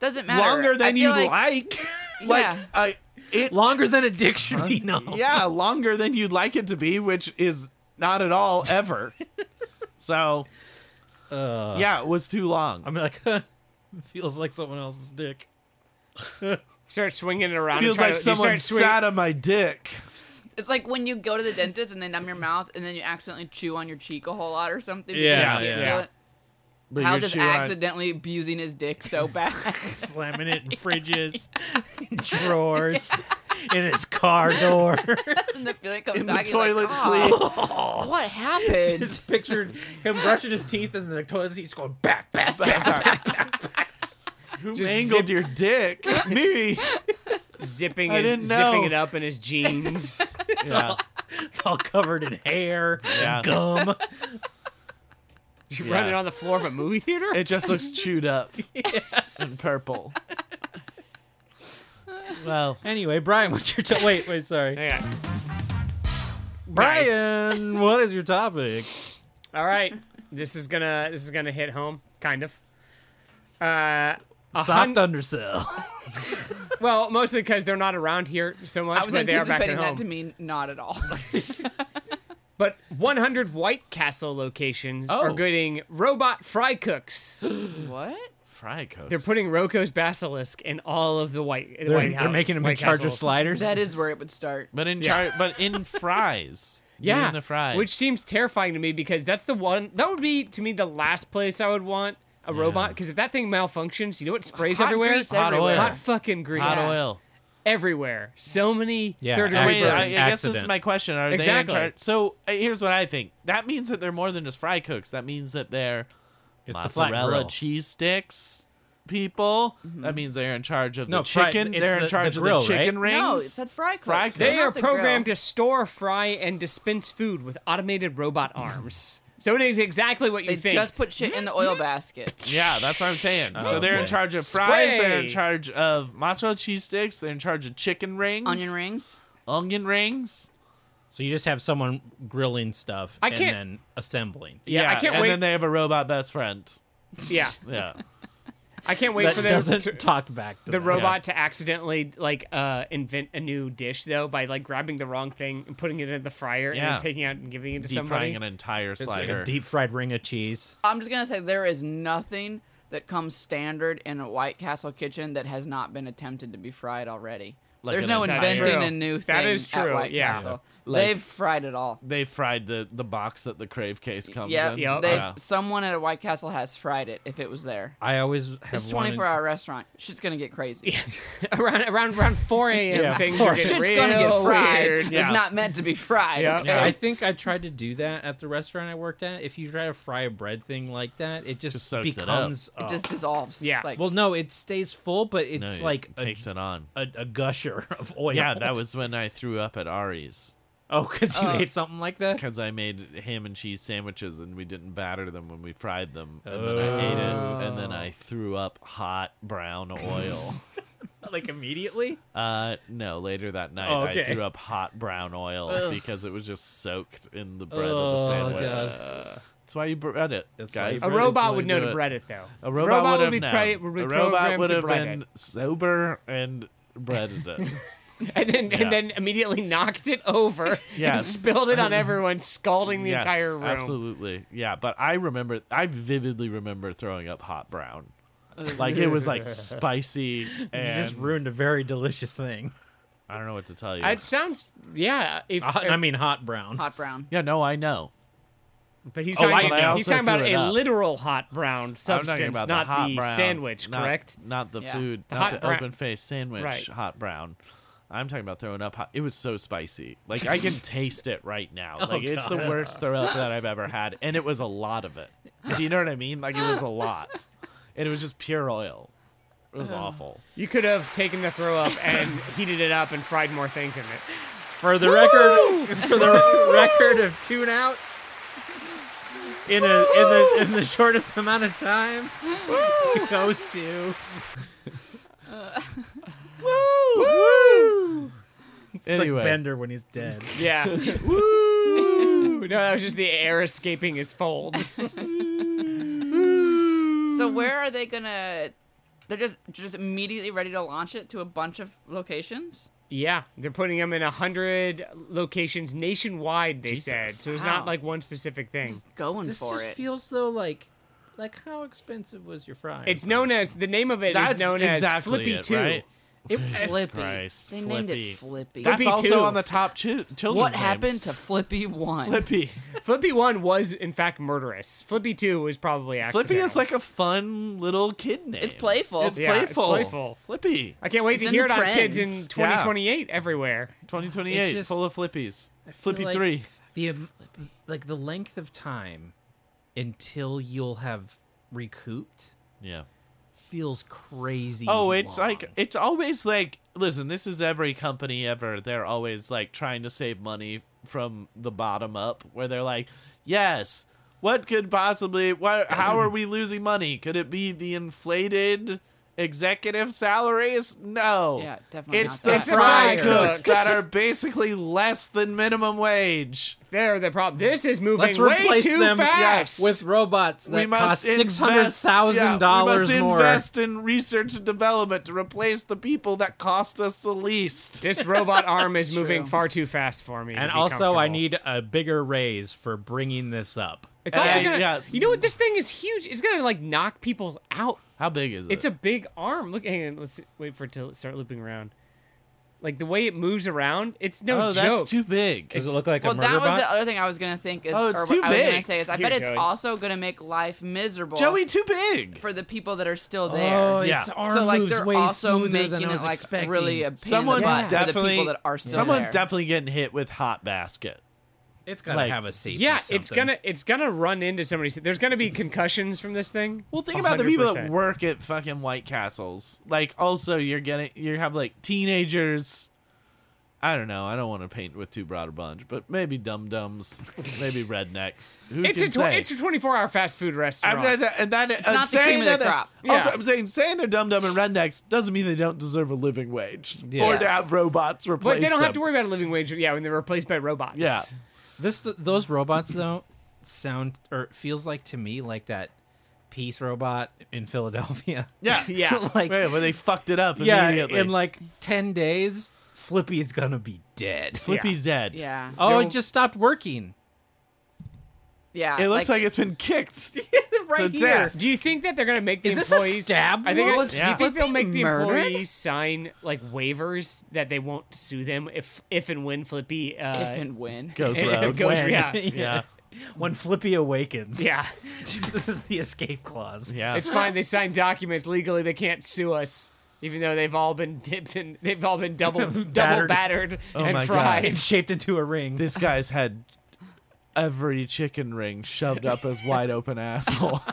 Doesn't matter.
Longer
I
than
feel
you
like,
like. like
Yeah.
I, it
Longer than addiction should be numb.
yeah, longer than you'd like it to be, which is not at all ever. so, yeah, it was too long.
I'm like, huh, feels like someone else's dick.
Start swinging it around. and
Feels
try
like
to, you
someone
start swing-
sat on my dick.
It's like when you go to the dentist and they numb your mouth, and then you accidentally chew on your cheek a whole lot or something. because
Yeah,
you can't
yeah.
do it.
But
Kyle
you're
just
chewing-
accidentally abusing his dick so bad.
Slamming it in fridges, drawers, in his car door.
and the feeling comes
in the
back. he's like,
toilet
"Aw,
sleep.
"Oh."
What happened?
just pictured him brushing his teeth and the toilet seat's going back, back, back.
Who mangled your dick? Me.
zipping
I
his,
didn't
zipping
know.
it up in his jeans.
Yeah.
It's all covered in hair,
Yeah.
gum.
you
Yeah.
run it on the floor of a movie theater.
It just looks chewed up and purple. Well,
Anyway, Brian, what's your to- wait? Wait, sorry,
Hang on.
Brian. What is your topic?
All right, this is gonna this is gonna hit home, kind of. Uh, a hun-
Soft undersell.
well, mostly because they're not around here so much,
I was
but they are back at
anticipating
home.
that to mean not at all.
But 100 White Castle locations are
Oh.
getting robot fry cooks.
what?
fry coats.
They're putting Rocco's Basilisk in all of the White.
They're,
White
they're
House-
making them in
White
charge of
Castles.
sliders.
That is where it would start.
but in char- but in fries.
Yeah,
in the fries.
which seems terrifying to me because that's the one that would be to me the last place I would want a robot because if that thing malfunctions, you know what sprays
Hot
everywhere?
grease
Hot
everywhere.
oil.
Hot fucking grease.
hot oil.
everywhere. So many
Yeah,
third
Wait,
degree
Wait,
Accident.
I, I
burns.
guess this is
Accident.
my question. Are
Exactly.
they in charge? So uh, here's what I think. That means that they're more than just fry cooks. That means that they're
It's the flat
mozzarella
grill.
cheese sticks people.
Mm-hmm.
That means they're in charge of the
No, fry-
chicken.
it's
they're
the-
in charge
the
of
grill,
the chicken rings.
No, it said fry cooks.
Fry cooks.
They
not
are
the grill.
programmed to store, fry, and dispense food with automated robot arms. So it is exactly what you
They
think.
just put shit in the oil basket.
yeah, that's what I'm saying. so they're in
Oh, okay.
charge of fries. They're
Spray.
in charge of mozzarella cheese sticks. They're in charge of chicken rings,
Onion rings.
onion rings.
So you just have someone grilling stuff
I
and
can't-
then assembling.
Yeah, I can't
and
wait-
then they have a robot best friend.
yeah,
Yeah,
I can't wait
That
for them
doesn't
to,
talk back to
the
them.
robot to accidentally like uh, invent a new dish though by like grabbing the wrong thing and putting it in the fryer and
Yeah.
then taking it out and giving it to
deep
somebody.
frying an entire
It's like
slider.
a deep fried ring of cheese.
I'm just gonna say there is nothing that comes standard in a White Castle kitchen that has not been attempted to be fried already.
Like
There's
an
no
entire-
inventing
True.
a new thing
That is
at
true,
White
yeah.
Castle.
Like-
They've fried it all.
they fried the the box that the crave case comes
Yeah,
in.
Yep.
they
Yeah.
someone at a White Castle has fried it if it was there.
I always have
It's 24 hour restaurant. Shit's gonna get crazy.
around around around 4 a.m.
Yeah,
things
four.
are getting
Shit's
real
gonna get fried.
weird.
Yeah.
It's not meant to be fried.
Yeah.
okay?
Yeah.
I think I tried to do that at the restaurant I worked at. If you try to fry a bread thing like that, it just,
Just soaks it up.
becomes
It
a-
just dissolves.
Yeah.
Like,
well, no, it stays full, but
No,
it's
it
like a,
takes it on.
a, a gusher of oil.
Yeah, that was when I threw up at Ari's
oh, because you
Oh.
ate something like that.
because I made ham and cheese sandwiches and we didn't batter them when we fried them, and then I ate it, and then I threw up hot brown oil.
like immediately.
uh, no, later that night
Oh, okay.
I threw up hot brown oil because it was just soaked in the bread of
Oh,
the sandwich.
God.
That's why you bread it,
That's why you
guys.
A
Bread is
robot
the
would
way
know
to
to
do it.
bread it though.
A robot, would have
be,
known.
pre- would be
a
programmed
robot would
to
have
bread
been sober and breaded it.
it. and then
Yeah.
and then immediately knocked it over and
Yes.
spilled it on everyone, scalding the
Yes,
entire room.
Absolutely. Yeah, but I remember I vividly remember throwing up hot brown. Like it was like spicy
You
and
just ruined a very delicious thing.
I don't know what to tell you.
It sounds yeah. If,
Hot- Uh, I mean, hot brown.
hot brown.
yeah, no, I know.
but he's
Oh,
talking,
I
about-
know.
he's
Also
talking about
threw it
a
up.
literal hot brown
I'm
substance,
talking about
not
the, hot
the
brown,
sandwich,
not-
correct?
Not the
Yeah.
food,
The
not
hot
the
brown-
open faced sandwich,
Right.
hot brown. I'm talking about throwing up hot. It was so spicy. Like I can taste it right now.
Oh,
Like it's the
God.
worst throw up that I've ever had, and it was a lot of it. Do you know what I mean? Like it was a lot, and it was just pure oil. It was
Uh-huh.
awful.
You could have taken the throw up and heated it up and fried more things in it.
For the record, for the record of tune outs in a in the in the shortest amount of time goes to It's
Anyway.
like Bender when he's dead.
Yeah. Woo! No, that was just the air escaping his folds.
So where are they gonna? They're just just immediately ready to launch it to a bunch of locations.
Yeah, they're putting them in a hundred locations nationwide. They said so. It's
Wow.
not like one specific thing.
Going
This
for
just
it.
feels though like like how expensive was your fry?
It's known as the name of it is
That's
known as
exactly
Flippy
it,
Two.
right?
Flippy.
Christ,
they named
Flippy.
it Flippy.
That's
Flippy
also
too.
on the top chi- children's
What
names.
happened to Flippy One?
Flippy?
Flippy One was in fact murderous. Flippy Two was probably accidental.
Flippy is like a fun little kid name.
It's playful.
It's
Yeah, it's
playful.
playful.
Flippy.
I can't wait
It's
to
in
hear it
the
on kids in
trends.
2028 everywhere.
2028,
It's just-
full of flippies.
I feel
Flippy
like
three.
The am- like the length of time until you'll have recouped
Yeah.
feels crazy.
Oh, it's
long.
like it's always like listen, this is every company ever. They're always like trying to save money from the bottom up where they're like, "Yes, what could possibly what how are we losing money? Could it be the inflated executive salaries? No.
Yeah, definitely
It's
not
the
that.
fry
Fry
cooks
cooks.
that are basically less than minimum wage.
They're the problem. This is moving
Let's
way
replace
too
them
fast.
with robots that
we must
cost six hundred thousand dollars
yeah, we must
more.
invest in research and development to replace the people that cost us the least.
this robot arm is moving
true.
far too fast for me. to
and
be
also, I
comfortable.
need a bigger raise for bringing this up.
It's also
Uh,
gonna.
yes.
You know what? This thing is huge. It's gonna like knock people out.
How big is it?
It's a big arm. Look, hang on. Let's wait for it to start looping around. Like the way it moves around, it's no
oh,
joke.
that's too big.
Does it look like
Well,
a murder
that was
bot?
the other thing I was gonna think is,
Oh, it's
or
too
what I was gonna
big.
say is, I
Here,
bet it's
Joey.
also gonna make life miserable
Joey, too big.
for the people that are still there.
yeah.
its arm
so like
moves
they're
way
also
smoother
making
than I
it
was
like
expecting.
really a pain
Someone's
in the butt for the
definitely
people that are still
someone's
there.
definitely getting hit with hot basket.
it's gotta
like-
have a safety.
yeah, it's
something.
gonna it's gonna run into somebody. There's gonna be concussions from this thing.
Well, think about the people that
100%.
work at fucking White Castles. Like, also you're getting you have like teenagers. I don't know. I don't want to paint with too broad a bunch, but maybe dum dums, maybe rednecks. Who
It's
can
a tw-
say?
it's a 24 hour fast food restaurant.
I'm not, and that it's
not the cream of the crop.
Also,
Yeah.
I'm saying saying they're dumb dumb and rednecks doesn't mean they don't deserve a living wage or
Yes.
to have robots replace.
but they don't have to
them.
worry about a living wage. Yeah, when they're replaced by robots.
Yeah.
This those robots though sound or feels like to me like that peace robot in Philadelphia.
Yeah,
Yeah.
like
Wait, well, they fucked it up
yeah,
immediately.
in like ten days, Flippy is gonna be dead.
Flippy's dead.
yeah,
Oh,
They'll-
it just stopped working.
yeah.
It looks like, it's been kicked.
right
To death.
Do you think that they're gonna make the
Is this a
employees
stab
I think
wound?
it-
Was
do you think
Flippy
they'll make the
murdered?
employees sign like waivers that they won't sue them if if and when Flippy uh,
if and when.
Goes
It
rogue.
goes-
When?
yeah.
yeah,
When Flippy awakens.
yeah.
this is the escape clause.
yeah.
It's fine. They signed documents legally. They can't sue us, even though they've all been dipped and they've all been double double
Battered.
battered
Oh
and
my
fried.
And shaped into a ring.
this guy's had every chicken ring shoved up his wide open asshole.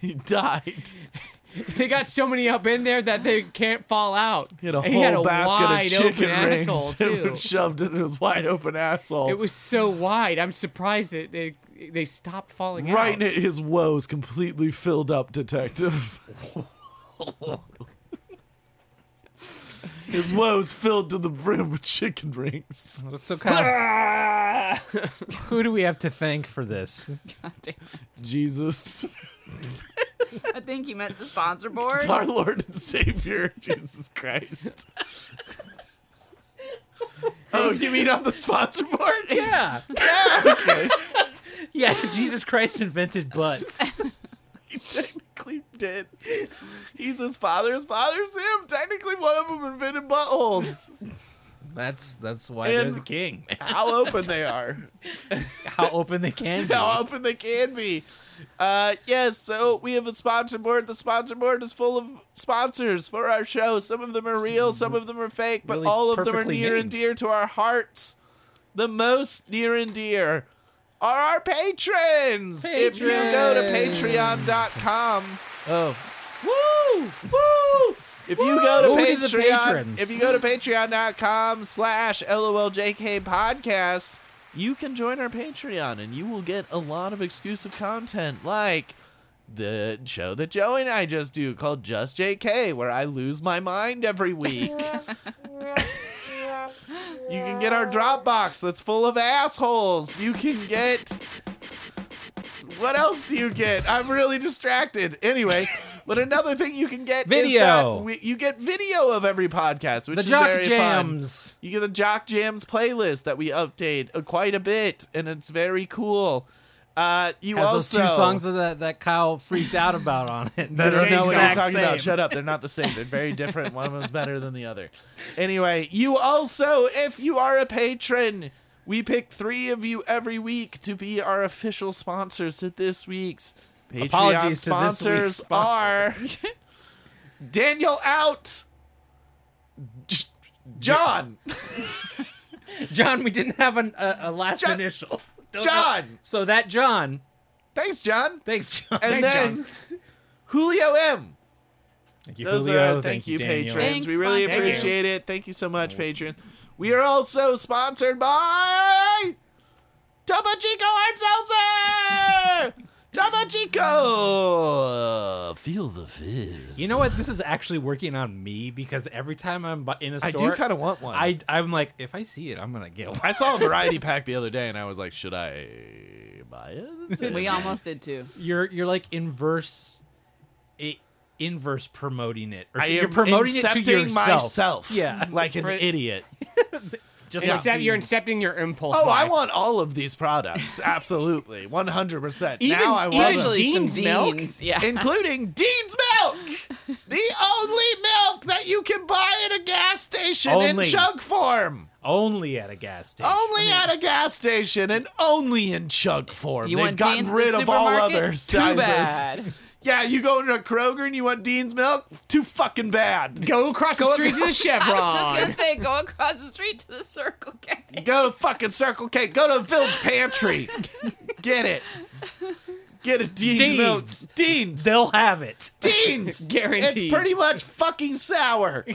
He died.
They got so many up in there that they can't fall out.
He had a
And
whole
he had a wide
basket of chicken
open
rings
asshole,
that were
too.
shoved into his wide open asshole.
It was so wide. I'm surprised that they they stopped falling out.
right in his woes, completely filled up, detective. his woes filled to the brim with chicken rings.
So Kyle, who do we have to thank for this?
Jesus.
I think he meant the sponsor board.
our Lord and Savior, Jesus Christ. oh, you mean on the sponsor board?
Yeah. Yeah. yeah, Jesus Christ invented butts.
He technically did. He's his father's father's him. Technically, one of them invented buttholes.
That's that's why
And-
they're the king.
How open they are.
How open they can be.
How open they can be. Uh, yes, so we have a sponsor board. The sponsor board is full of sponsors for our show. Some of them are real, some of them are fake, but
Mm-hmm. really
all of them are
perfectly
near and
named.
dear to our hearts. The most near and dear are our patrons. If you go to patreon.com.
Oh,
Woo! Woo! If you go to
Woo to the
Patreon,
patrons.
if you go to patreon.com slash loljk podcast, you can join our Patreon and you will get a lot of exclusive content like the show that Joey and I just do called Just JK, where I lose my mind every week. you can get our Dropbox that's full of assholes. You can get what else do you get? I'm really distracted. Anyway, but another thing you can get is
Video.
that we, you get video of every podcast, which
the
is
jock
very fun.
jams.
You get the Jock Jams playlist that we update uh, quite a bit, and it's very cool. Uh, you
Has
also
those two songs that that Kyle freaked out about on it. That
I don't
Same
know what I'm
exact
talking about.
same.
Shut up. They're not the same. They're very different. One of them's better than the other. Anyway, you also, if you are a patron, we pick three of you every week to be our official sponsors to this week's Patreon
Apologies to this
sponsors
week's sponsor.
are Daniel Out, J- John,
John, we didn't have an, a, a last
John-
initial. Don't know-
John.
So that John.
Thanks, John.
Thanks, John.
And
Thanks,
then Julio M.
Thank you,
Those
Julio.
are thank you,
Daniel.
patrons.
Thanks,
we really
sponsors.
appreciate it. Thank you so much, patrons. We are also sponsored by Topo Chico Hard Seltzer. Topo Chico, feel the fizz.
You know what? This is actually working on me because every time I'm bu- in a
I
store,
do kind of want one.
I I'm like, if I see it, I'm gonna get one.
I saw a variety pack the other day, and I was like, should I buy it?
We almost did too.
You're you're like inverse, i inverse promoting it. Or
I
so you're
am
promoting it to
incepting
yourself.
myself,
Yeah.
like an idiot.
Just
You're
like
accept- you're
dudes.
incepting your impulse.
Oh, I
buy.
want all of these products. Absolutely. 100%.
Even-
now I want
even
them.
Usually
Dean's
some
milk?
Dean's. Yeah.
Including Dean's Milk, the only milk that you can buy at a gas station
Only.
in chug form.
only at a gas station.
Only at a gas station and only in chug form.
you
They've
want
gotten
Dean's in
rid
the
of all
supermarket?
other
Too
sizes.
bad.
Yeah, you go into a Kroger and you want Dean's Milk? Too fucking bad.
Go across the street to the
I was just
Chevron.
gonna say, go across the street to the Circle K.
Go to fucking Circle K. Go to Village Pantry. Get it. Get a Dean's,
Dean's.
milk. Dean's.
They'll have it.
Dean's.
Guaranteed.
It's pretty much fucking sour.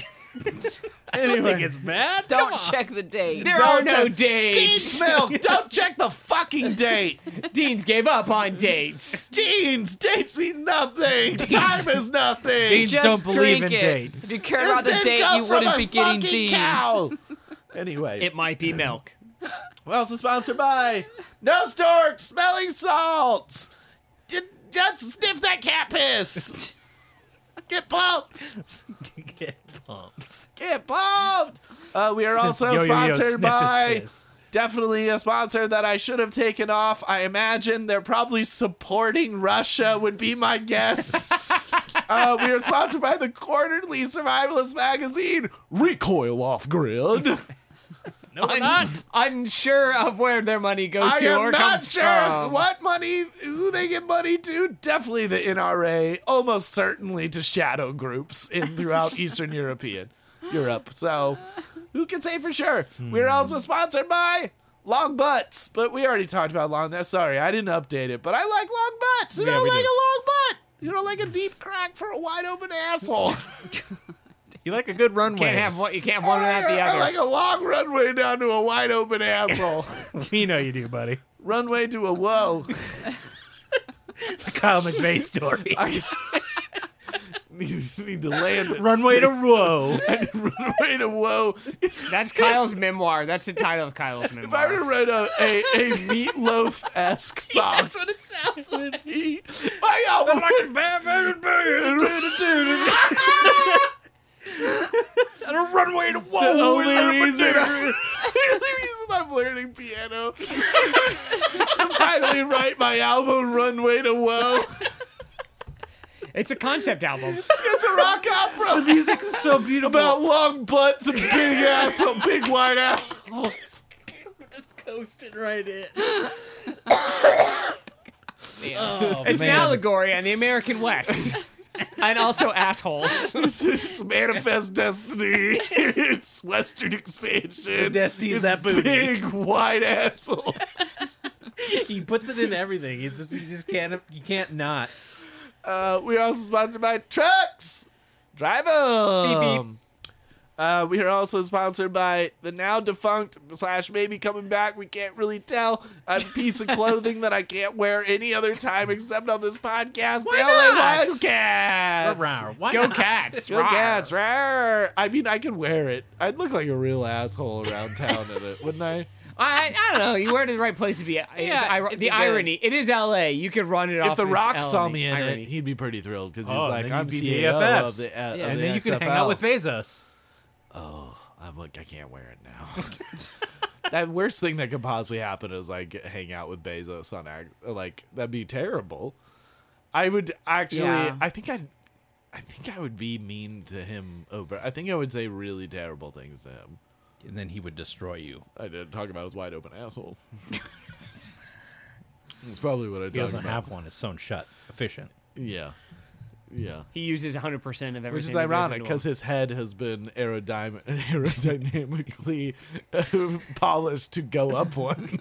I think it's bad.
Don't check the date.
There are
Don't
no
check-
dates.
Dean's milk. Don't check the fucking date.
Dean's gave up on dates.
Dean's. Dates mean nothing. Time is nothing.
Dean's
Just
don't believe
drink
in
it.
dates.
If you cared
This
about the
didn't
date,
come
you
from
wouldn't
a
be getting
fucking
Dean's.
cow. Anyway,
It might be milk.
we're also sponsored by No Stork Smelling Salts. You just sniff that cat piss. Get pumped.
Get pumped.
Get pumped. Uh, we are also
Yo, yo, yo,
sponsored
sniff this
by
piss.
definitely a sponsor that I should have taken off. I imagine they're probably supporting Russia, would be my guess. uh, we are sponsored by the quarterly survivalist magazine, Recoil Off Grid.
No, we're
Un-
not.
Unsure of where their money goes
I
to or
am not
comes
sure
from.
what money, who they give money to. Definitely the NRA, almost certainly to shadow groups in throughout Eastern European Europe. So, who can say for sure? We're also sponsored by Long Butts, but we already talked about long. That's sorry, I didn't update it, but I like long butts. You
Yeah,
don't
we
like
do.
a long butt. You don't like a deep crack for a wide open asshole.
You like a good runway.
Can't have one. You can't have one without the
I
other.
like a long runway down to a wide open asshole.
We know you do, buddy.
runway to a whoa.
The Kyle McVeigh story.
I need, need to land it.
Runway to Row.
runway to whoa. It's-
That's Kyle's memoir. That's the title of Kyle's
if I were to
memoir.
write a, a, a meatloaf esque song, that's what it sounds like. My album would
On a runway to
the
Whoa.
only reason. I- The only reason I'm learning piano is to finally write my album Runway to Woe.
It's a concept album.
It's a rock opera. The
Music is so beautiful.
about long butts and big asshole, big white assholes.
coasting right in.
It's an allegory on the American West, and also assholes.
It's, it's manifest destiny. It's Western expansion.
Destiny is that booty.
Big white assholes.
He puts it in everything. It's just, you just can't you can't not.
Uh, we're also sponsored by Trucks. Drive 'em. Uh, we are also sponsored by the now defunct slash maybe coming back. We can't really tell a piece of clothing that I can't wear any other time except on this podcast. the LA
not?
Wildcats.
Rawr. Why
Go
not?
cats!
Go
rawr.
Cats. Rawr. I mean, I could wear it. I'd look like a real asshole around town in it, wouldn't I?
I, I don't know. You wear it to the right place to be. It's,
Yeah,
ir-
it'd
the
be good.
irony. It is L.A. You could run it off.
if The
as
Rock saw
irony-
me in
irony.
it, he'd be pretty thrilled because he's
Oh,
like,
then
I'm
you'd be the
CEO
AFFs.
of the, uh,
Yeah.
of
And
the
then you can hang
XFL.
out with Bezos.
Oh, I'm like, I can't wear it now. that worst thing that could possibly happen is like hang out with Bezos on act. Like that'd be terrible. I would actually.
Yeah.
I think I. I think I would be mean to him over. I think I would say really terrible things to him.
And then he would destroy you.
I did talk about his wide open asshole. That's probably what I
He
talked
doesn't
about.
have one. It's sewn shut. Efficient.
yeah, yeah.
He uses 100 percent of everything.
Which is
that goes
ironic
into him.
because his head has been aerodym- uh, aerodynamically polished to go up one.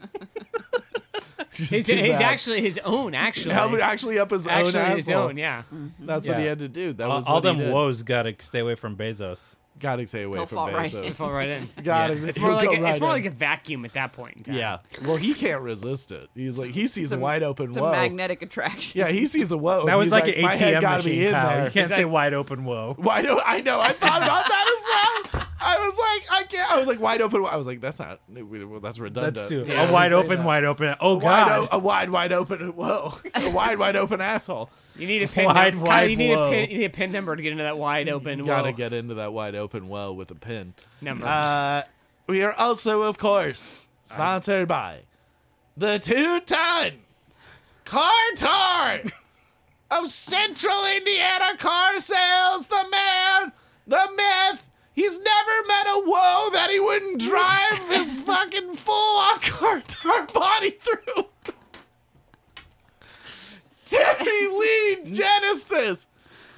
Just
He's,
too
he's
bad.
actually his own. Actually,
Helmut actually up his
actually
own
his
asshole.
own. Yeah.
Mm.
That's what he
Yeah.
had to do. That
All,
was
all
what he
them
did.
woes got to stay away from Bezos.
Gotta stay away
He'll
from
fall right
Bezos.
in.
Fall right in.
Gotta-
It's
he'll
more like
go
a,
right
it's more
in.
like a vacuum at that point. In time.
yeah. Well, he can't resist it. He's like he sees a wide open
It's a
whoa.
magnetic attraction.
Yeah, he sees a whoa.
That
and
was
he's
like, an
my head
ATM
gotta
machine,
be in
Kyle.
there.
You can't say wide open. Whoa.
Why do I know? I thought about that as well. I was like, I can't. I was like wide open. I was like, that's not. Well, that's redundant.
That's too.
Yeah,
a wide
say
open,
that.
wide open. Oh
Wide
God.
o- a wide, wide open. Whoa, a wide, wide open asshole.
You need a pin.
Wide,
num-
wide
Kyle, you need a
whoa.
pin. You need a pin number to get into that wide open.
Gotta
whoa
get into that wide open well with a pin.
number.
Uh, we are also, of course, sponsored by the two-ton car tart of Central Indiana car sales. The man, the myth. He's never met a woe that he wouldn't drive his fucking full-on car tart body through. Terry Lee Genesis.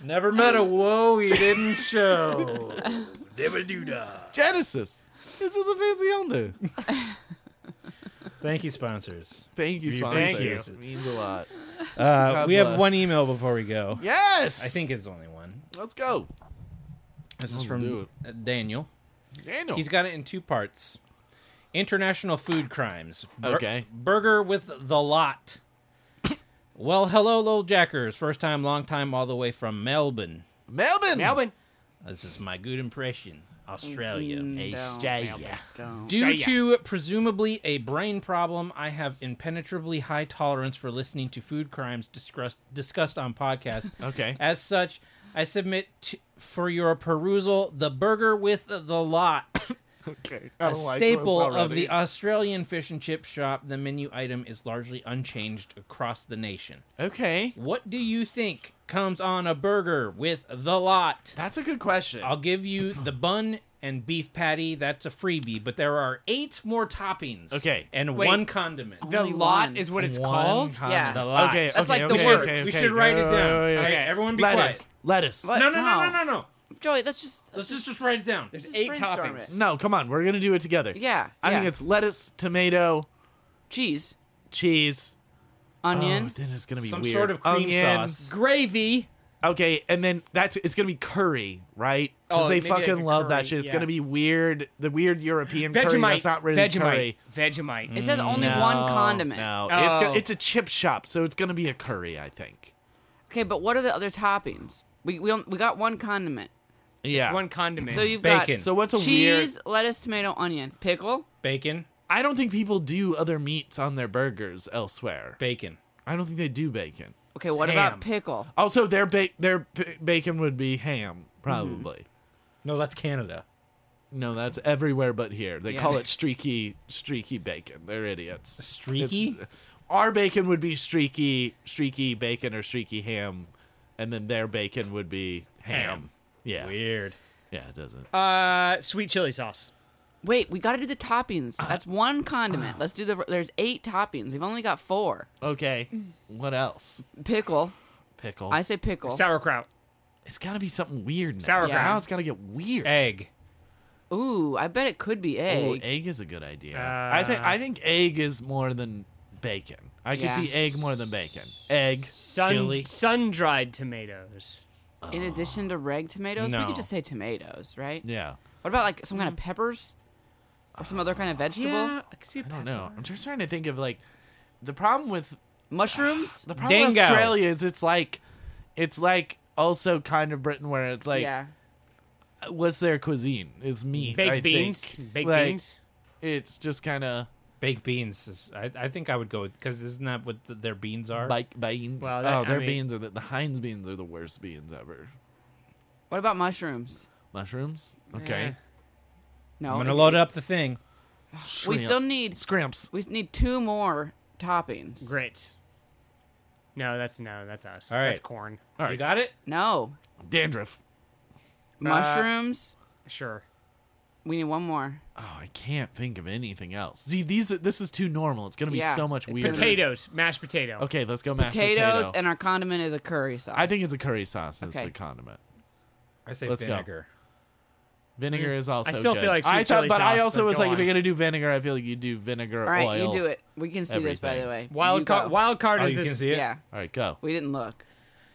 Never met a whoa he didn't show.
Never do that.
Genesis. It's just a fancy under.
Thank you, sponsors.
Thank you, sponsor.
Thank you.
It means a lot.
Uh, we have
bless.
one email before we go.
Yes.
I think it's only one.
Let's go.
This is
Let's do
from uh, Daniel.
Daniel.
He's got it in two parts. International food crimes. Bur-
Okay.
Burger with the lot. well, hello, little jackers. First time, long time, all the way from Melbourne.
Melbourne.
Melbourne.
This is my good impression. Australia.
Mm, don't,
Australia.
don't.
Due
Australia.
to presumably a brain problem, I have impenetrably high tolerance for listening to food crimes discussed discussed on podcast.
Okay.
As such, I submit to, for your perusal the burger with the lot.
Okay.
A staple of the uh, Australian fish and chip shop, the menu item is largely unchanged across the nation.
Okay.
What do you think comes on a burger with the lot?
That's a good question.
I'll give you the bun and beef patty. That's a freebie, but there are eight more toppings.
Okay.
And
Wait.
one condiment.
The
Only
lot
one.
is what it's
One
called.
condiment.
Yeah.
The lot.
Okay.
That's
okay,
like the
okay,
words.
okay, Oh,
We
okay.
should write it
Wait,
down.
wait, wait, wait.
Okay, everyone be
Lettuce. Lettuce.
What?
quiet. No, no, no,
No.
no, no, no.
Joey, let's just
Let's just, just write it down.
There's
Just
eight
brainstorm
toppings.
it.
No, come on. We're gonna do it together.
yeah.
I
yeah.
think it's lettuce, tomato,
cheese,
cheese.
onion.
Oh, then it's gonna be
Some
weird.
sort of cream
Onion.
sauce.
Gravy.
Okay, and then that's it's gonna be curry, right? Because
Oh,
they
maybe like
fucking
a
love that
curry,
shit. It's
yeah.
gonna be weird. The weird European curry
Vegemite.
that's not really curry. Mm.
Vegemite. Vegemite.
It says only
No,
one condiment.
No, it's go-
Oh.
it's a chip shop, so it's gonna be a curry, I think.
Okay, but what are the other toppings? We we, on- we got one condiment.
Yeah.
One condiment.
So you've
Bacon.
got
so what's a weird?
cheese, lettuce, tomato, onion, pickle.
Bacon.
I don't think people do other meats on their burgers elsewhere.
Bacon.
I don't think they do bacon.
Okay, what
Ham.
about pickle?
Also, their ba- their p- bacon would be ham, probably.
No, that's Canada.
No, that's everywhere but here. They
Yeah.
call it streaky streaky bacon. They're idiots.
Streaky?
It's- our bacon would be streaky streaky bacon or streaky ham, and then their bacon would be ham.
Ham.
Yeah,
Weird.
yeah, it doesn't.
uh, sweet chili sauce.
Wait, we got to do the toppings. That's one condiment. Let's do the. There's eight toppings. We've only got four.
Okay. What else?
Pickle.
Pickle.
I say pickle.
Sauerkraut.
it's got to be something weird now.
Sauerkraut.
Now it's got to get weird.
Egg.
Ooh, I bet it could be
Oh,
egg.
egg is a good idea.
Uh,
I think I think egg is more than bacon. I can
Yeah.
see egg more than bacon. Egg.
Sun
Chili.
sun dried tomatoes.
In addition to reg tomatoes, we
No.
could just say tomatoes, right?
Yeah.
What about like some kind of peppers or some other kind of vegetable?
Yeah, I can see a
I don't
pepper.
know. Oh, I'm just trying to think of like the problem with
Mushrooms.
the problem with
Dango.
Australia is it's like it's like also kind of Britain where it's like uh,
yeah.
what's their cuisine? It's meat.
Baked
I
beans.
Think.
Baked
Like,
beans.
It's just kind of
Baked beans. Is, I, I think I would go with because isn't that what th their beans are?
like beans.
Well, that-
oh,
I
their
mean-
beans are the, the Heinz beans are the worst beans ever.
What about mushrooms?
Mushrooms. Okay.
No.
I'm gonna
it-
load up the thing.
We
Shrimp.
still need
scrimps.
we need two more toppings.
Grits. No, that's no, that's us.
All right.
That's corn.
All right.
You got it?
Uh,
No.
Dandruff.
Mushrooms.
Sure.
we need one more.
Oh, I can't think of anything else. See, these this is too normal. It's gonna be
Yeah.
so much
It's
weirder.
Potatoes. Mashed potato.
Okay, let's go mashed
Potatoes
potato.
and our condiment is a curry sauce.
I think it's a curry sauce as
Okay.
the condiment.
I say
Let's go.
vinegar.
Vinegar is also.
Mm. I still
good.
feel like
I
sweet
thought,
chili
but I
sauce,
also
but
was
go
like,
on.
if you're gonna do vinegar, I feel like you do vinegar.
All right,
oil.
you do it. We can see this, by the way.
Wild
You go.
card. Wild card
Oh,
is
you
this.
can see it?
Yeah,
All right, go.
we didn't look.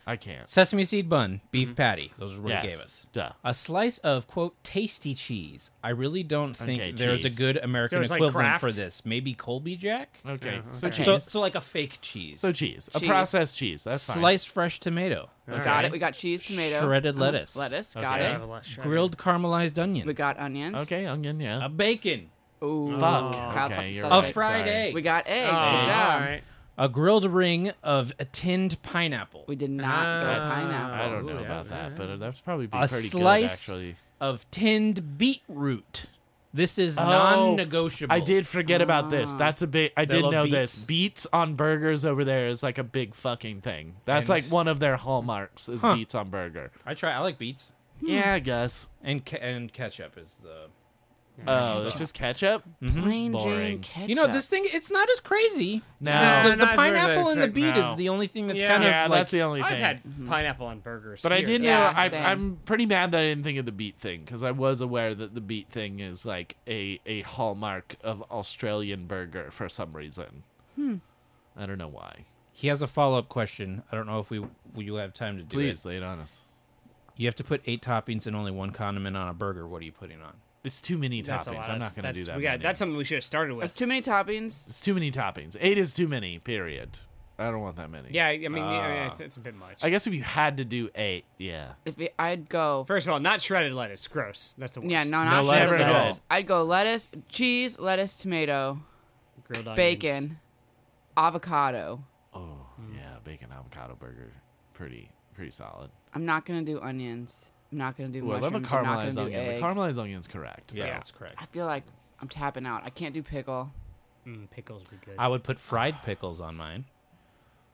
I can't.
Sesame seed bun, beef patty. Those are what
yes.
he gave us.
Duh.
A slice of quote tasty cheese. I really don't think
Okay,
there's
cheese.
a good American
it's like
equivalent
Kraft?
for this. Maybe Colby Jack.
Okay. So cheese.
So, so like a fake cheese.
So cheese. A
Cheese.
processed cheese. That's fine.
sliced fresh tomato,
Got it. We got cheese, tomato,
Shredded
Uh,
lettuce.
lettuce. Got
Okay.
Yeah, I
it.
have a less shredded.
grilled caramelized onion,
We got onions.
Okay, onion. Yeah.
a bacon,
Ooh,
Fuck.
Kyle
okay,
fucked
you're
us up.
a
right,
fried
sorry.
egg,
We got egg.
Oh,
Good job.
all right.
a grilled ring of a tinned pineapple,
We did not
Ah.
go
I
pineapple.
don't know about that, but that's probably be
A
pretty
slice-
good actually.
of tinned beetroot. This is
Oh,
non-negotiable.
I did forget about this. That's a big. I
They
did
love
know
beets.
this. Beets on burgers over there is like a big fucking thing. That's
And-
like one of their hallmarks is
Huh.
beets on burger.
I try. I like beets
Yeah, I guess.
and ke- and ketchup is the.
Oh, that's just ketchup.
Plain Jane
Mm-hmm. Boring.
ketchup.
You know this thing. It's not as crazy.
No.
No,
the, the
not as weird as I
pineapple and the
expect,
beet
no.
is the only thing that's
Yeah.
kind of
Yeah,
like
that's the only
I've
thing.
had
Mm-hmm.
pineapple on burgers,
but I
here.
did know.
Yeah,
I,
same.
I'm pretty mad that I didn't think of the beet thing because I was aware that the beet thing is like a a hallmark of Australian burger for some reason. Hmm. I don't know why.
He has a follow up question. I don't know if we we will have time to do
Please
it.
lay it on us.
You have to put eight toppings and only one condiment on a burger. What are you putting on?
It's too many
That's a
toppings.
lot
I'm
of-
not going to do
that's-
that.
We got,
many.
that's something we should have started
That's
with.
too many toppings.
It's too many toppings. Eight is too many. Period. I don't want that many.
Yeah, I mean, I mean, it's, it's a bit much.
I guess if you had to do eight, yeah.
If it, I'd go,
First of all, not shredded lettuce. Gross. That's the worst.
yeah, no, not
lettuce
lettuce.
at all.
lettuce. I'd go lettuce, cheese, lettuce, tomato,
Grilled onions.
bacon, avocado.
Oh, yeah. Bacon avocado burger, pretty pretty solid.
I'm not gonna do onions. I'm not gonna do
Well, I love a
mushrooms. I'm not gonna
caramelized
do
onion.
egg.
The caramelized onion's correct.
Yeah,
Yeah.
that's correct.
I feel like I'm tapping out. I can't do pickle.
Mm, pickles would be good.
I would put fried pickles on mine.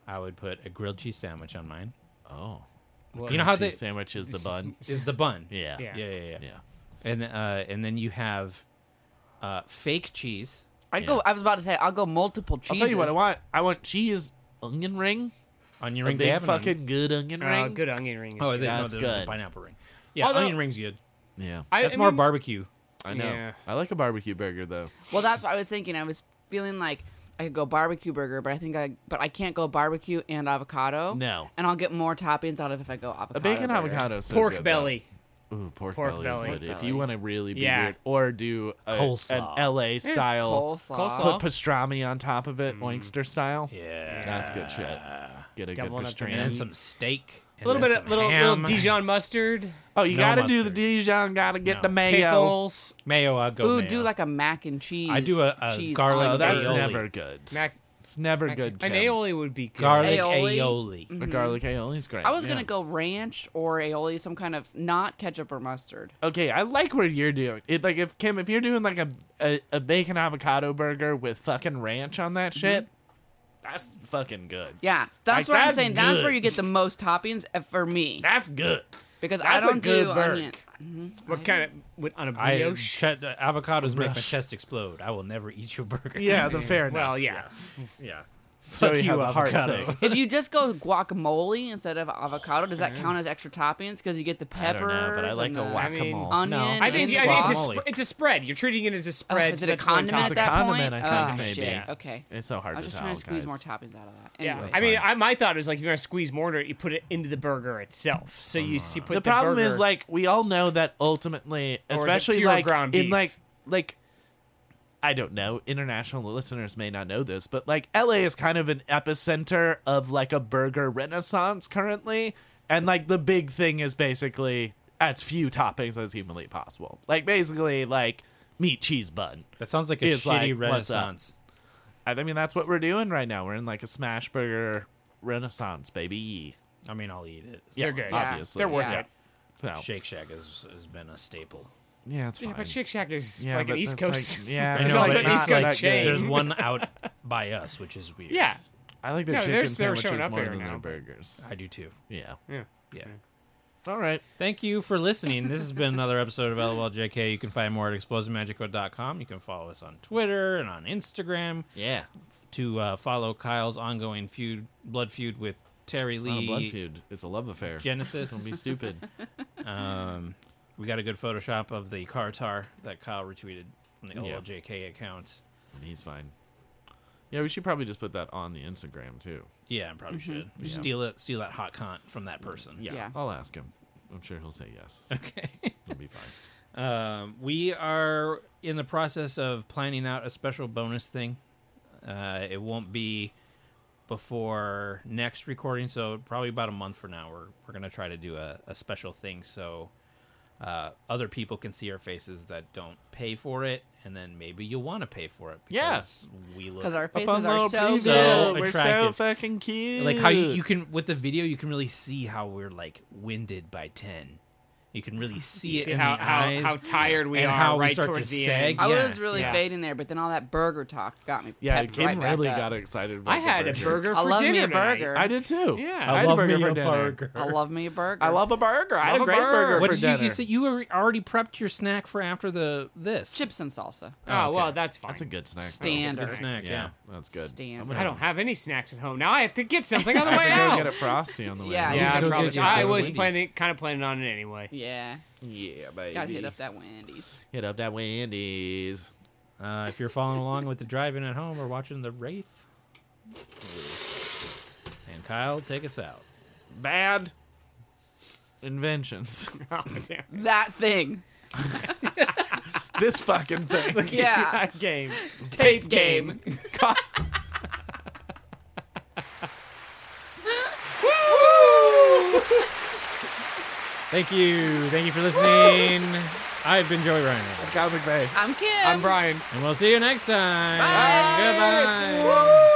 I would put a grilled cheese sandwich on mine.
Oh.
you know how
Cheese
they
sandwich is the bun.
is the bun.
Yeah.
Yeah.
yeah, yeah, yeah.
Yeah.
And uh, and then you have uh, fake cheese.
I'd go. I was about to say I'll go multiple cheeses.
I'll tell you what I want. I want cheese onion ring.
on your
A
ring.
big
Gavin,
fucking good onion
Uh,
ring.
good onion ring. Is
Oh,
good.
they, no,
That's
there's a
good.
pineapple ring. Yeah,
Although-
onion rings good.
Yeah.
I,
That's
I
more
mean,
barbecue.
I know.
Yeah.
I like a barbecue burger though.
Well, that's what I was thinking. I was feeling like I could go barbecue burger, but I think I but I can't go barbecue and avocado.
No.
And I'll get more toppings out of if I go avocado.
A bacon
burger.
avocado is so
pork
good, though.
belly.
Ooh, pork,
Pork
belly,
belly.
is
Pork
good. If
belly.
you want to really be
Yeah.
weird, or do a,
Coleslaw.
an LA style,
Coleslaw.
Coleslaw.
put pastrami on top of it, oinkster style.
Yeah,
That's good shit. Get a
Doubling
good
up the
And then
pastrami.
ends.
some steak.
A little bit of little, little
ham.
Dijon mustard.
Oh, you
No
gotta do the
mustard.
Dijon. Gotta get
No.
the mayo.
Pickles.
mayo. I go.
Ooh,
mayo.
do like a mac and cheese.
I do a- a garlic
Oh,
on
that's
it.
aioli.
never good.
Mac.
It's never good. Kim.
An aioli would be good.
garlic
Aioli.
aioli.
Mm,
A garlic aioli is great.
I was
yeah.
gonna go ranch or aioli, some kind of not ketchup or mustard.
Okay, I like what you're doing. It like if Kim, if you're doing like a a, a bacon avocado burger with fucking ranch on that shit, that's fucking good.
Yeah,
Like,
that's what I'm
that's
saying. That's
good.
where you get the most toppings uh, for me
That's good.
because I
that's a
don't
good
do
burger.
onion.
What kind of with, on a
I
brioche?
shut- uh, avocados make my
Brush.
chest explode. I will never eat your burger.
Yeah, the fair enough.
well, yeah.
yeah.
Joey
Fuck you,
has a heart
avocado.
thing.
If you just go guacamole instead of avocado, does that count as extra toppings? Because you get the
I
peppers
don't know, but I
and
like
the
a guacamole.
mean,
onion.
I think
and
I mean, it's, a
guac.
sp- it's a spread. You're treating it as a
Ugh,
spread.
Oh, is
so
it a
that's one
condiment
It's a
topping.
at that
condiment,
point?
I think,
oh,
maybe.
shit.
Yeah.
Okay.
it's so hard
I was just
to
trying
tell,
to squeeze more
guys.
toppings out of that.
Yeah,
Anyways.
I mean, I, my thought is like if you're gonna squeeze more into it, you put it into the burger itself. So you, you put
the, problem
burger-
is like we all know that ultimately
is it
especially
pure
like
ground
in
beef?
like like i don't know international listeners may not know this but like la is kind of an epicenter of like a burger renaissance currently and like the big thing is basically as few toppings as humanly possible like basically like meat cheese bun
That sounds like a
It's
shitty
like, what's up?
renaissance.
i I mean that's what we're doing right now we're in like a smash burger renaissance baby
I mean, I'll eat it.
They're good.
Yeah.
obviously
they're worth
Yeah.
it.
so,
Shake Shack has, has been a staple.
yeah it's fine
Yeah, but Shake Shack is
Yeah,
like an
but
East
that's
Coast.
like- yeah,
it's
know,
also
but
an
not
East Coast
that good.
chain.
There's one out by us, which is weird.
Yeah,
I like their
No,
chicken
they're- they're
sandwiches
showing up
more
here
than
now,
their
but-
burgers.
I do too.
Yeah.
yeah.
Yeah.
All right.
Thank you for listening. This has been another episode of LOLJK. You can find more at explosivemagico.com. You can follow us on Twitter and on Instagram
Yeah.
to uh, follow Kyle's ongoing feud, blood feud with Terry
It's
Lee
not a blood feud. It's a love affair.
Genesis.
Don't be stupid.
um, We got a good Photoshop of the car tar that Kyle retweeted from the
Yeah.
LLJK account.
And he's fine. Yeah, we should probably just put that on the Instagram too.
Yeah, I probably should. We should Steal it, steal that hot con from that person.
Yeah.
I'll ask him. I'm sure he'll say yes.
Okay.
It'll be fine.
Um, we are in the process of planning out a special bonus thing. Uh, it won't be before next recording, so probably about a month from now. We're we're gonna try to do a, a special thing so uh, other people can see our faces that don't pay for it, and then maybe you'll want to pay for it.
Yes.
because we look
because our
A
faces are so
preview.
good.
So
We're so
attractive.
fucking cute.
like how you, you can with the video you can really see how we're like winded by ten. You can really see it
See
in
how,
the
how,
eyes.
how tired we
and
are
how we
right
start to
towards the
sag.
end.
I
Yeah.
was really
Yeah.
fading there, but then all that burger talk got me.
Yeah,
pepped
Kim
right back
really
up.
got excited. About
I had
the
a burger
I
for
love me
dinner
a
tonight.
burger.
I did too.
Yeah.
I,
I
had
love
a burger
me
for
a
dinner.
burger.
I love me a burger.
I love a burger. I had
Love
a
a
great
burger.
burger
What
for
did
dinner.
you? You said you were already prepped your snack for after the this.
chips and salsa.
Oh,
Okay.
well, that's fine.
That's a good snack.
Standard.
It's a snack. Yeah.
that's good.
Standard.
I'm
I
gonna
don't have any snacks at home. Now I have to get something on the
I have
way
to go
out.
get a frosty on the way.
Yeah.
out.
You
Yeah,
should
I
go
probably.
get your
I
first
was
Wendy's.
planning, kind of planning on it anyway.
Yeah,
yeah, baby.
gotta hit up that Wendy's.
Hit up that Wendy's.
Uh, if you're following along with the driving at home or watching the Wraith, and Kyle, take us out.
Bad inventions.
Oh, damn.
That thing.
this fucking thing.
Yeah,
That game.
tape game.
Thank you, thank you for listening. I've been Joey Ryan,
Kyle McVeigh.
I'm Kim.
I'm Brian.
and we'll see you next time.
Bye.
Goodbye.